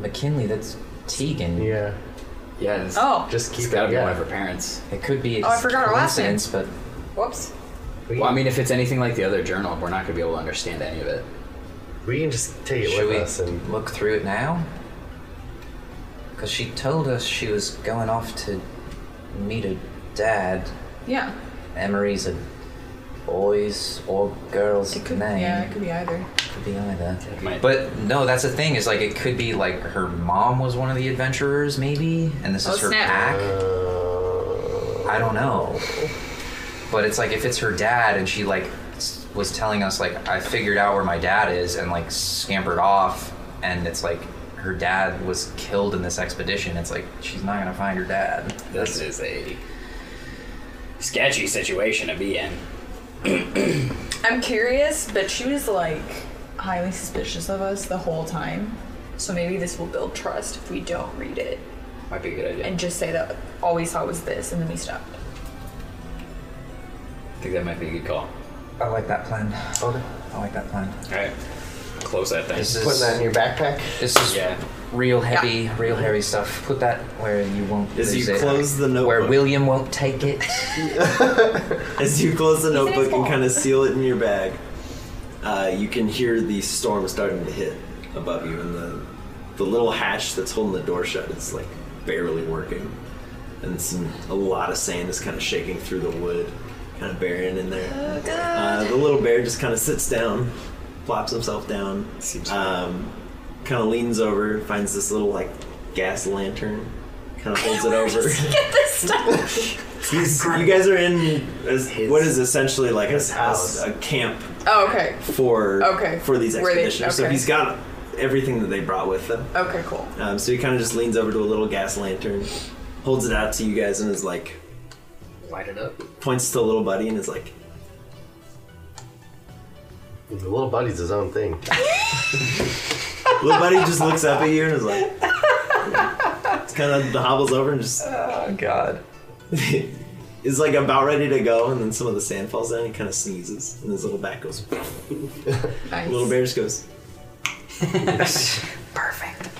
Speaker 5: McKinley? That's Tegan.
Speaker 2: Yeah.
Speaker 8: Yeah. It's,
Speaker 3: Oh.
Speaker 2: Just keep
Speaker 8: it's gotta
Speaker 2: it,
Speaker 8: be
Speaker 2: yeah.
Speaker 8: one of her parents.
Speaker 5: It could be.
Speaker 3: Oh, I forgot her last name.
Speaker 5: coincidence, But
Speaker 3: Whoops.
Speaker 2: We,
Speaker 8: Well, I mean, if it's anything like the other journal, we're not gonna be able to understand any of it.
Speaker 2: we can just take it
Speaker 5: should
Speaker 2: with
Speaker 5: we
Speaker 2: us and
Speaker 5: look through it now? Because she told us she was going off to meet her dad.
Speaker 3: Yeah.
Speaker 5: Emery's a boy's or girl's
Speaker 3: It could.
Speaker 5: name.
Speaker 3: Yeah, it could be either.
Speaker 5: Could be either.
Speaker 8: It might-
Speaker 5: But no, that's the thing. Is like it could be like her mom was one of the adventurers, maybe, and this
Speaker 3: Oh,
Speaker 5: is her
Speaker 3: snap.
Speaker 5: pack.
Speaker 2: uh,
Speaker 5: I don't know. But it's like if it's her dad, and she like s- was telling us like I figured out where my dad is, and like scampered off, and it's like her dad was killed in this expedition. It's like she's not gonna find her dad.
Speaker 8: This is a sketchy situation to be in.
Speaker 3: I'm curious, but she was like highly suspicious of us the whole time. So maybe this will build trust if we don't read it
Speaker 8: Might be a good idea.
Speaker 3: and just say that all we saw was this, and then we stop.
Speaker 8: I think that might be a good call.
Speaker 5: I like that plan.
Speaker 2: okay.
Speaker 5: I like that plan.
Speaker 8: All right, close that thing.
Speaker 5: This is
Speaker 2: Putting that in your backpack?
Speaker 5: This is
Speaker 8: Yeah.
Speaker 5: real heavy, real heavy stuff. Put that where you won't.
Speaker 7: As
Speaker 5: lose
Speaker 7: you
Speaker 5: it.
Speaker 7: close the notebook.
Speaker 5: Where William won't take it.
Speaker 7: As you close the notebook and
Speaker 3: small?
Speaker 7: kind of seal it in your bag, uh, you can hear the storm starting to hit above you, and the the little hatch that's holding the door shut is like barely working, and some a lot of sand is kind of shaking through the wood, kind of burying in
Speaker 3: Oh,
Speaker 7: there. Uh, the little bear just kind of sits down, plops himself down,
Speaker 8: Seems-
Speaker 7: um, kind of leans over, finds this little like gas lantern, kind of holds it over.
Speaker 3: Get this stuff.
Speaker 7: He's- you guys are in as, what is essentially like a, a- a camp
Speaker 3: oh, okay.
Speaker 7: for
Speaker 3: Okay.
Speaker 7: for these
Speaker 3: Where they-
Speaker 7: expeditions. So
Speaker 3: okay.
Speaker 7: he's got everything that they brought with them.
Speaker 3: Okay, cool.
Speaker 7: Um, so he kind of just leans over to a little gas lantern, holds it out to you guys, and is like,
Speaker 9: light it up.
Speaker 7: points to little buddy, and is like,
Speaker 2: The little buddy's his own thing.
Speaker 7: little buddy just looks up at you and is like, it's kind of hobbles over and just, oh god, is like about ready to go, and then some of the sand falls down. He kind of sneezes, and his little back goes. Little bear just goes.
Speaker 3: Perfect.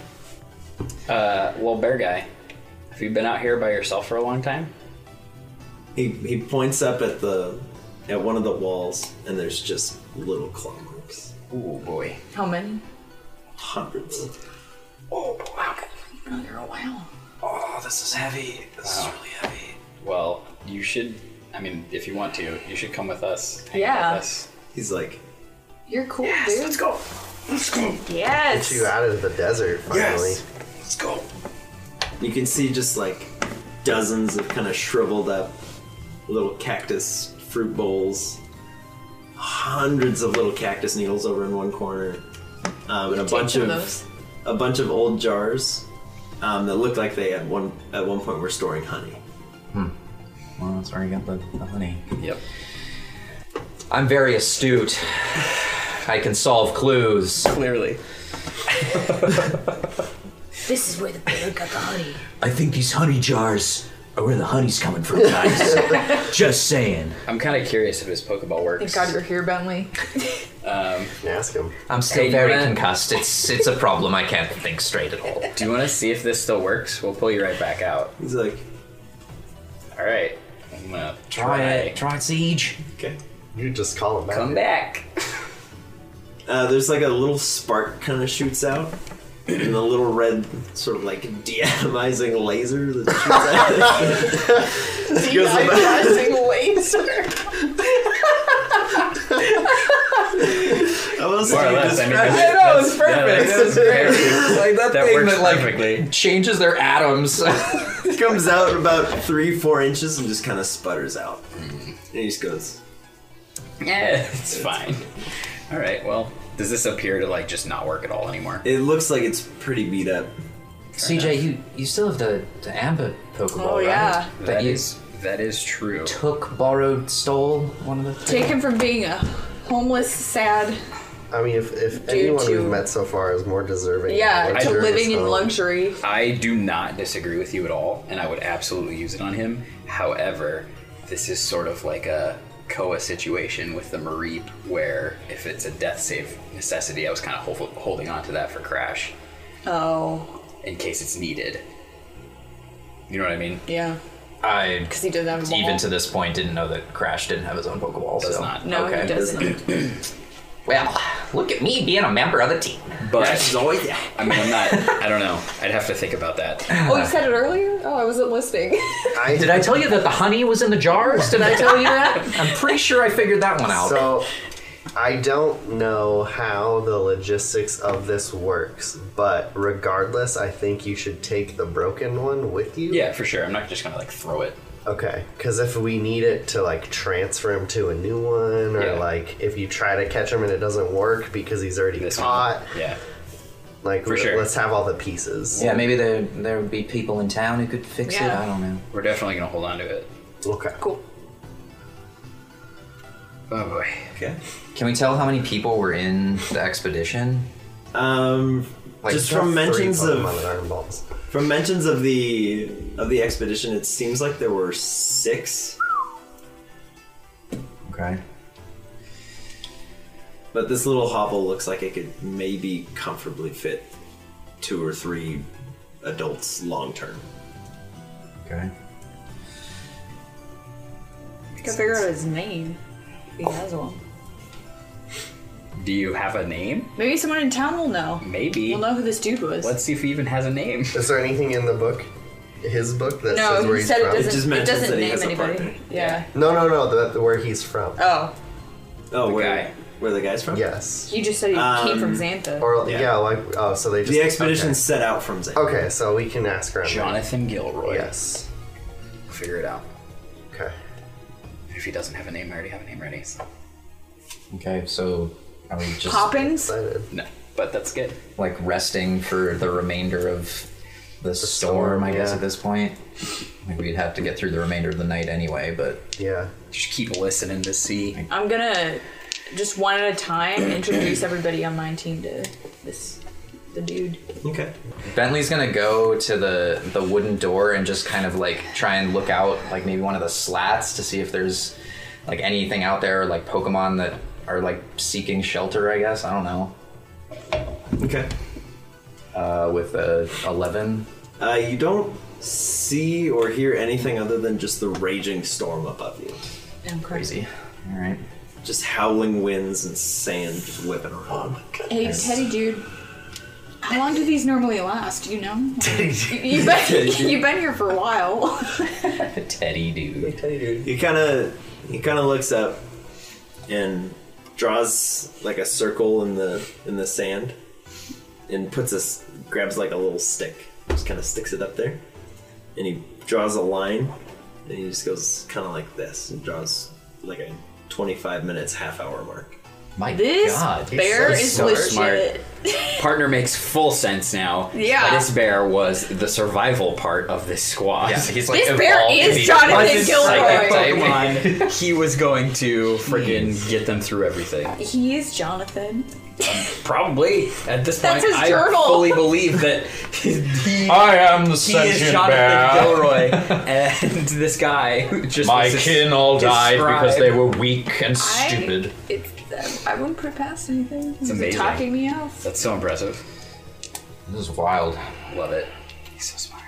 Speaker 8: Uh, well, bear guy, have you been out here by yourself for a long time?
Speaker 7: He he points up at the at one of the walls, and there's just little claw marks.
Speaker 8: Oh boy,
Speaker 3: How many?
Speaker 7: hundreds.
Speaker 3: Oh, wow. I've been out here a while.
Speaker 8: Oh, this is heavy. This is really heavy. Well, you should. I mean, if you want to, you should come with us. Hang out
Speaker 3: Yeah.
Speaker 8: With us.
Speaker 7: He's like,
Speaker 3: You're cool, dude. Let's go. Let's go. Yes.
Speaker 2: Get you out of the desert finally.
Speaker 7: Yes.
Speaker 8: Let's go.
Speaker 7: You can see just like dozens of kind of shriveled up little cactus fruit bowls, hundreds of little cactus needles over in one corner, um, and a
Speaker 3: Take
Speaker 7: bunch
Speaker 3: some
Speaker 7: of
Speaker 3: of those.
Speaker 7: a bunch of old jars um, that looked like they at one at one point were storing honey.
Speaker 6: Well, it's already got the, the honey.
Speaker 8: Yep.
Speaker 6: I'm very astute. I can solve clues.
Speaker 7: Clearly.
Speaker 13: This is where the bear got the honey.
Speaker 6: I think these honey jars are where the honey's coming from, guys. Just saying.
Speaker 8: I'm kind of curious if his Pokeball
Speaker 3: Thank
Speaker 8: works.
Speaker 3: God you're here, Bentley.
Speaker 8: Um,
Speaker 2: Ask him.
Speaker 6: I'm still
Speaker 8: Hey, you
Speaker 6: very
Speaker 8: wanna-
Speaker 6: concussed. It's it's a problem. I can't think straight at all.
Speaker 8: Do you want to see if this still works? We'll pull you right back out.
Speaker 7: He's like,
Speaker 8: all right, I'm gonna try,
Speaker 6: Try it. Try it, Siege.
Speaker 7: Okay.
Speaker 2: You just call him back.
Speaker 8: Come back.
Speaker 7: Uh, there's like a little spark kind of shoots out, and a little red sort of like deatomizing laser that shoots out. Goes in the-
Speaker 12: Deionizing laser.
Speaker 7: I was
Speaker 8: More or less, I mean, that's-
Speaker 6: I know, it's
Speaker 8: that's- yeah,
Speaker 6: perfect.
Speaker 8: that's-
Speaker 6: It's great.
Speaker 8: that's-
Speaker 6: Like that thing
Speaker 8: works
Speaker 6: that, like,
Speaker 8: perfectly.
Speaker 6: Changes their atoms.
Speaker 7: comes out about three, four inches and just kind of sputters out. And he just goes,
Speaker 8: Yeah, it's fine. All right. Well, does this appear to like just not work at all anymore?
Speaker 7: It looks like it's pretty beat up.
Speaker 6: CJ, you you still have the the amber Pokeball,
Speaker 3: Oh,
Speaker 6: right?
Speaker 3: yeah.
Speaker 6: That,
Speaker 8: That
Speaker 6: you
Speaker 8: is that is true.
Speaker 6: took, borrowed, stole. One of the
Speaker 3: Take him from being a homeless, sad,
Speaker 2: I mean, if, if anyone
Speaker 3: to-
Speaker 2: we've met so far is more deserving, of
Speaker 3: yeah, to
Speaker 2: luxurious
Speaker 3: living in
Speaker 2: home,
Speaker 3: luxury.
Speaker 8: I do not disagree with you at all, and I would absolutely use it on him. However, this is sort of like a Koa situation with the Mareep, where if it's a death save necessity, I was kind of hol- holding on to that for Crash
Speaker 3: Oh,
Speaker 8: in case it's needed. You know what I mean?
Speaker 3: yeah.
Speaker 6: I
Speaker 3: Because he doesn't have a
Speaker 6: even
Speaker 3: ball.
Speaker 6: to this point didn't know that Crash didn't have his own Pokeball.
Speaker 8: Does
Speaker 6: so.
Speaker 8: not.
Speaker 3: No, he doesn't.
Speaker 6: Well, look at me being a member of the team.
Speaker 8: But I mean, I'm not. I don't know. I'd have to think about that.
Speaker 3: Oh, you said it earlier? Oh, I wasn't listening.
Speaker 6: Did I tell you that the honey was in the jars? Did I tell you that? I'm pretty sure I figured that one out.
Speaker 2: So, I don't know how the logistics of this works, but regardless, I think you should take the broken one with you.
Speaker 8: Yeah, for sure. I'm not just gonna like throw it.
Speaker 2: Okay, because if we need it to like transfer him to a new one, or
Speaker 8: Yeah.
Speaker 2: like if you try to catch him and it doesn't work because he's already
Speaker 8: This
Speaker 2: caught,
Speaker 8: one. Yeah.
Speaker 2: like
Speaker 8: For sure.
Speaker 2: let's have all the pieces.
Speaker 6: yeah, maybe there there would be people in town who could fix it.
Speaker 3: Yeah.
Speaker 6: I don't know.
Speaker 8: We're definitely gonna hold on to it.
Speaker 2: Okay.
Speaker 3: Cool.
Speaker 8: Oh boy.
Speaker 7: Okay.
Speaker 6: Can we tell how many people were in the expedition?
Speaker 7: Um,
Speaker 6: Like,
Speaker 7: just
Speaker 2: Got
Speaker 7: from
Speaker 2: three
Speaker 7: mentions
Speaker 2: Pokemon
Speaker 7: of
Speaker 2: with iron balls.
Speaker 7: from mentions of the of the expedition, it seems like there were six,
Speaker 6: Okay.
Speaker 7: but this little hovel looks like it could maybe comfortably fit two or three adults long term.
Speaker 6: Okay.
Speaker 3: I can figure out his name. He has one.
Speaker 8: Do you have a name?
Speaker 3: Maybe someone in town will know.
Speaker 8: Maybe.
Speaker 3: We'll know who this dude was.
Speaker 8: Let's see if he even has a name.
Speaker 2: Is there anything in the book, his book that
Speaker 3: no,
Speaker 2: says where
Speaker 3: he
Speaker 2: he's
Speaker 3: said
Speaker 2: from?
Speaker 3: it
Speaker 7: It just
Speaker 3: doesn't. It,
Speaker 7: mentions
Speaker 3: doesn't
Speaker 7: that he
Speaker 3: name
Speaker 7: has a
Speaker 3: anybody.
Speaker 7: partner.
Speaker 3: Yeah.
Speaker 2: No, no, no. The, the- where he's from.
Speaker 3: Oh,
Speaker 7: Oh,
Speaker 8: The
Speaker 7: wait.
Speaker 8: guy.
Speaker 7: Where the guy's from?
Speaker 2: Yes.
Speaker 3: You just said you came from
Speaker 7: Um,
Speaker 3: Xantha.
Speaker 2: Or yeah. like oh, so they just
Speaker 7: The expedition
Speaker 2: okay. Oh.
Speaker 7: set out from Zane.
Speaker 2: Okay, so we can ask around.
Speaker 8: Jonathan Gilroy.
Speaker 2: Yes.
Speaker 8: Figure it out.
Speaker 2: Okay.
Speaker 8: If he doesn't have a name, I already have a name ready. so-
Speaker 5: Okay, so are we just
Speaker 3: Poppins?
Speaker 8: No, but that's good.
Speaker 5: like resting for the remainder of the, storm, I guess
Speaker 8: yeah.
Speaker 5: at this point. Like we'd have to get through the remainder of the night anyway, but
Speaker 2: yeah,
Speaker 8: just keep listening to see.
Speaker 3: I'm gonna just one at a time introduce everybody on my team to this the dude.
Speaker 7: Okay.
Speaker 5: Bentley's gonna go to the the wooden door and just kind of like try and look out, like maybe one of the slats to see if there's like anything out there, like Pokemon that are like seeking shelter. I guess I don't know.
Speaker 7: Okay.
Speaker 5: Uh, with a eleven.
Speaker 7: Uh, you don't see or hear anything other than just the raging storm above you.
Speaker 3: I'm crazy.
Speaker 5: All right.
Speaker 7: Just howling winds and sand just whipping around. Oh my
Speaker 3: Hey, Teddy dude. How long do these normally last? Do you know? Teddy
Speaker 7: Dude.
Speaker 3: You've been,
Speaker 7: Teddy Dude.
Speaker 3: you've been here for a while.
Speaker 5: Teddy dude.
Speaker 7: Teddy dude. He kind of he kind of looks up and draws like a circle in the in the sand and puts us grabs like a little stick, just kind of sticks it up there, and he draws a line and he just goes kind of like this and draws like a 25 minutes half hour mark.
Speaker 5: My
Speaker 3: This
Speaker 7: God.
Speaker 3: bear
Speaker 7: He's
Speaker 3: is
Speaker 7: so
Speaker 3: legit.
Speaker 7: smart.
Speaker 8: Partner makes full sense now.
Speaker 3: Yeah.
Speaker 8: This bear was the survival part of this squad.
Speaker 5: Yeah, he's
Speaker 3: like This bear evolved is to be- Jonathan
Speaker 8: Wasn't
Speaker 3: Gilroy.
Speaker 8: psychic Pokemon. he was going to freaking get them through everything.
Speaker 3: He is Jonathan.
Speaker 8: Probably at this
Speaker 3: That's
Speaker 8: point,
Speaker 3: his
Speaker 8: I
Speaker 3: journal.
Speaker 8: fully believe that he.
Speaker 14: I am the
Speaker 8: he is
Speaker 14: sentient
Speaker 8: Jonathan
Speaker 14: bear.
Speaker 8: Gilroy, and this guy who just
Speaker 14: My
Speaker 8: was his-
Speaker 14: kin all
Speaker 8: his
Speaker 14: died because
Speaker 8: scribe.
Speaker 14: they were weak and stupid.
Speaker 3: It's, I wouldn't put it past anything. He's been
Speaker 8: amazing.
Speaker 3: talking me out.
Speaker 8: That's so impressive.
Speaker 5: This is wild.
Speaker 8: Love it. He's so smart.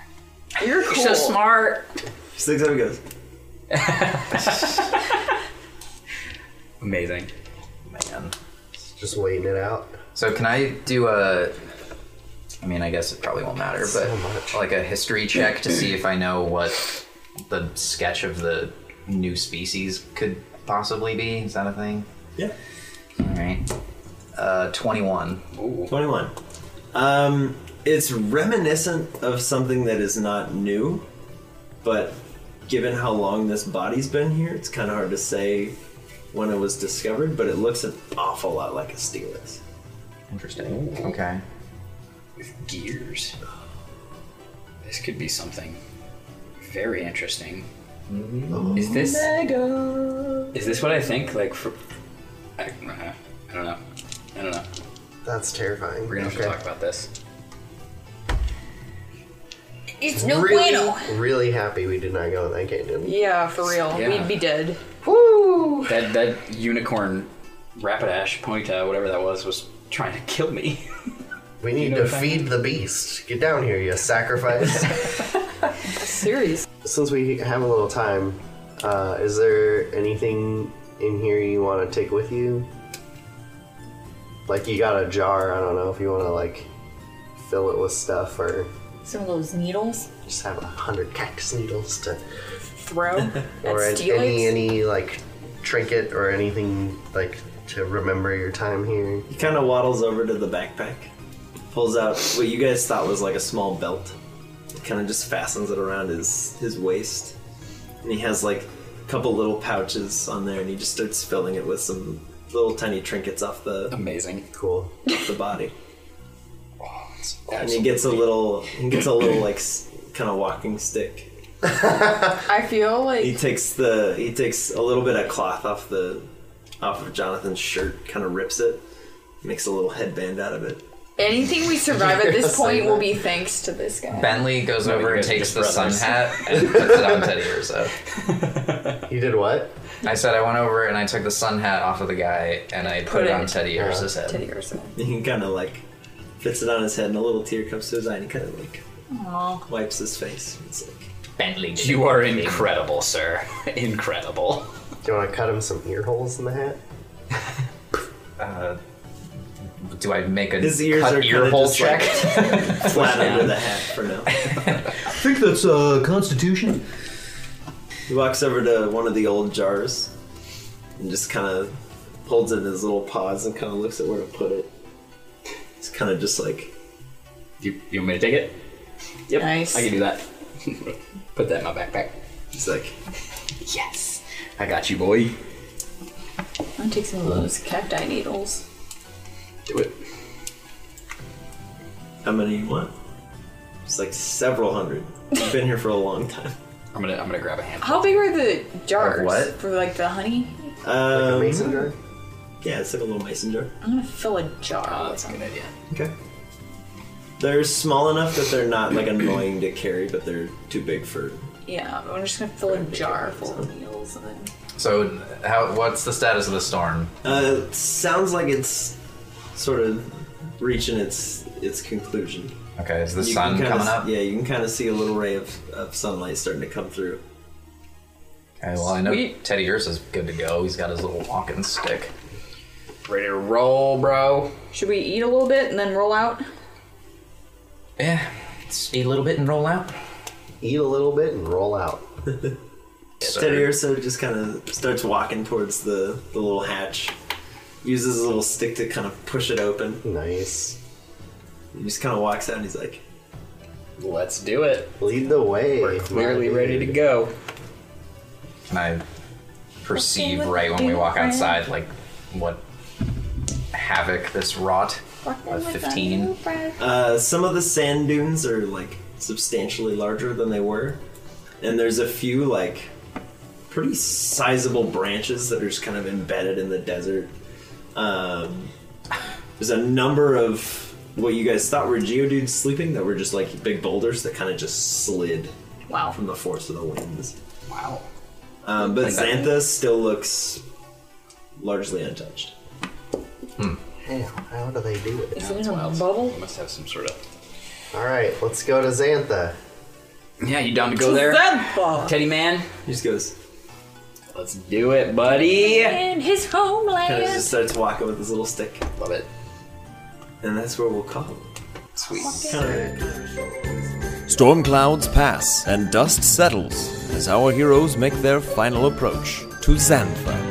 Speaker 3: You're
Speaker 8: cool.
Speaker 3: so smart.
Speaker 7: Sticks up and goes.
Speaker 8: Amazing.
Speaker 5: Man.
Speaker 2: Just waiting it out.
Speaker 5: So can I do a? I mean, I guess it probably won't matter, but like a history check to see if I know what the sketch of the new species could possibly be. Is that a thing?
Speaker 7: Yeah.
Speaker 5: All right. Uh, twenty-one.
Speaker 7: 21. Um, it's reminiscent of something that is not new, but given how long this body's been here, it's kind of hard to say when it was discovered, but it looks an awful lot like a Steelix.
Speaker 5: Interesting. Okay.
Speaker 8: With gears. This could be something very interesting. Is this is this what I think? Like, for, I, uh, I don't know. I don't know.
Speaker 2: That's terrifying.
Speaker 8: We're gonna have to
Speaker 2: Okay.
Speaker 8: talk about this.
Speaker 3: It's no
Speaker 2: really,
Speaker 3: bueno.
Speaker 2: Really happy we did not go in that canyon.
Speaker 3: Yeah, for real.
Speaker 8: Yeah.
Speaker 3: We'd be dead.
Speaker 2: Woo!
Speaker 8: That that unicorn, Rapidash, Pointa, whatever that was, was trying to kill me.
Speaker 2: We need
Speaker 8: know
Speaker 2: to
Speaker 8: what I
Speaker 2: feed the beast. Get down here, you sacrifice.
Speaker 3: Serious.
Speaker 2: Since we have a little time, uh, is there anything in here you want to take with you? Like you got a jar. I don't know if you want to like fill it with stuff or
Speaker 3: Some of those needles
Speaker 2: just have a hundred cactus needles to,
Speaker 3: throw at
Speaker 2: or an-
Speaker 3: Steelix.
Speaker 2: any any like trinket or anything like to remember your time here.
Speaker 7: He kind of waddles over to the backpack, pulls out what you guys thought was like a small belt, kind of just fastens it around his, his waist, and he has like a couple little pouches on there, and he just starts filling it with some little tiny trinkets off the
Speaker 8: amazing
Speaker 2: cool
Speaker 7: off the body. And he gets a little he gets a little like kind of walking stick.
Speaker 3: I feel like
Speaker 7: He takes the he takes a little bit of cloth off the off of Jonathan's shirt, kind of rips it, makes a little headband out of it.
Speaker 3: anything we survive at this point will be thanks to this guy.
Speaker 5: Bentley goes
Speaker 7: No,
Speaker 5: over
Speaker 7: you
Speaker 5: and
Speaker 7: guys are
Speaker 5: takes
Speaker 7: just
Speaker 5: the sun
Speaker 7: brothers.
Speaker 5: hat and puts it on Teddy Urso.
Speaker 2: You did what?
Speaker 5: I said I went over and I took the sun hat off of the guy and I put, it on Teddy Urso's head.
Speaker 3: Teddy Urso.
Speaker 7: And he kind of like fits it on his head, and a little tear comes to his eye, and he kind of like
Speaker 3: Aw.
Speaker 7: wipes his face. It's like
Speaker 5: Bentley.
Speaker 8: You are incredible, sir. Incredible.
Speaker 2: Do you want to cut him some ear holes in the hat?
Speaker 5: Uh, do I make a
Speaker 2: His ears
Speaker 5: cut
Speaker 2: are
Speaker 5: ear
Speaker 2: kinda
Speaker 5: hole
Speaker 2: just,
Speaker 5: check?
Speaker 7: flat under the hat for now.
Speaker 14: I think that's uh, Constitution.
Speaker 7: He walks over to one of the old jars and just kind of holds it in his little paws and kind of looks at where to put it. It's kind of just like.
Speaker 8: You, you want me to take it? Yep.
Speaker 3: Nice.
Speaker 8: I can do that. Put that in my backpack.
Speaker 7: He's like,
Speaker 3: Yes.
Speaker 8: I got you, boy.
Speaker 3: I'm gonna take some of those cacti needles.
Speaker 7: Do it. How many you want? It's like several hundred. I've been here for a long time.
Speaker 8: I'm gonna I'm gonna grab a handful.
Speaker 3: How big are the jars?
Speaker 7: Of what?
Speaker 3: For like the honey?
Speaker 7: Um,
Speaker 2: a mason jar?
Speaker 7: Yeah, it's like a little mason jar.
Speaker 3: I'm gonna fill a jar. that's a
Speaker 8: good idea.
Speaker 7: Okay. They're small enough that they're not like annoying to carry, but they're too big for.
Speaker 3: Yeah, I'm just gonna fill a jar full of needles and then.
Speaker 5: So, how? What's the status of the storm?
Speaker 7: Uh, it sounds like it's sort of reaching its its conclusion.
Speaker 5: Okay, is the
Speaker 7: You
Speaker 5: sun
Speaker 7: can kinda
Speaker 5: coming
Speaker 7: s-
Speaker 5: up?
Speaker 7: Yeah, you can kind of see a little ray of, of sunlight starting to come through.
Speaker 5: Okay, well, I know
Speaker 7: Sweet.
Speaker 5: Teddy Ursa's good to go. He's got his little walking stick.
Speaker 8: Ready to roll, bro.
Speaker 3: Should we eat a little bit and then roll out?
Speaker 5: Yeah, let's eat a little bit and roll out.
Speaker 2: Eat a little bit and roll out.
Speaker 7: Steady Ursa just kind of starts walking towards the, the little hatch. Uses his little stick to kind of push it open.
Speaker 2: Nice.
Speaker 7: He just kind of walks out and he's like,
Speaker 8: Let's do it.
Speaker 2: Lead the way. We're
Speaker 8: clearly ready to go.
Speaker 5: Can I perceive
Speaker 8: Okay, what
Speaker 5: right when
Speaker 8: do
Speaker 5: we
Speaker 8: you
Speaker 5: walk
Speaker 8: want?
Speaker 5: outside, like what havoc this wrought? A fifteen.
Speaker 7: Uh, some of the sand dunes are like substantially larger than they were, and there's a few like pretty sizable branches that are just kind of embedded in the desert. Um, there's a number of what you guys thought were geodudes sleeping that were just like big boulders that kind of just slid
Speaker 3: wow.
Speaker 7: from the force of the winds.
Speaker 8: Wow.
Speaker 7: Um, but
Speaker 8: Like that.
Speaker 7: Xanthus still looks largely untouched.
Speaker 2: Damn, how do they do it?
Speaker 3: Is it in a bubble?
Speaker 8: must have some sort of.
Speaker 2: All right, let's go to Xantha.
Speaker 8: Yeah, you down to go there? Teddy man,
Speaker 7: He just goes,
Speaker 8: let's do it, buddy.
Speaker 3: In his
Speaker 7: kind of just
Speaker 3: homeland.
Speaker 7: starts walking with his little stick.
Speaker 8: Love it.
Speaker 7: And that's where we'll call it.
Speaker 8: Sweet.
Speaker 1: Storm clouds pass and dust settles as our heroes make their final approach to Xantha.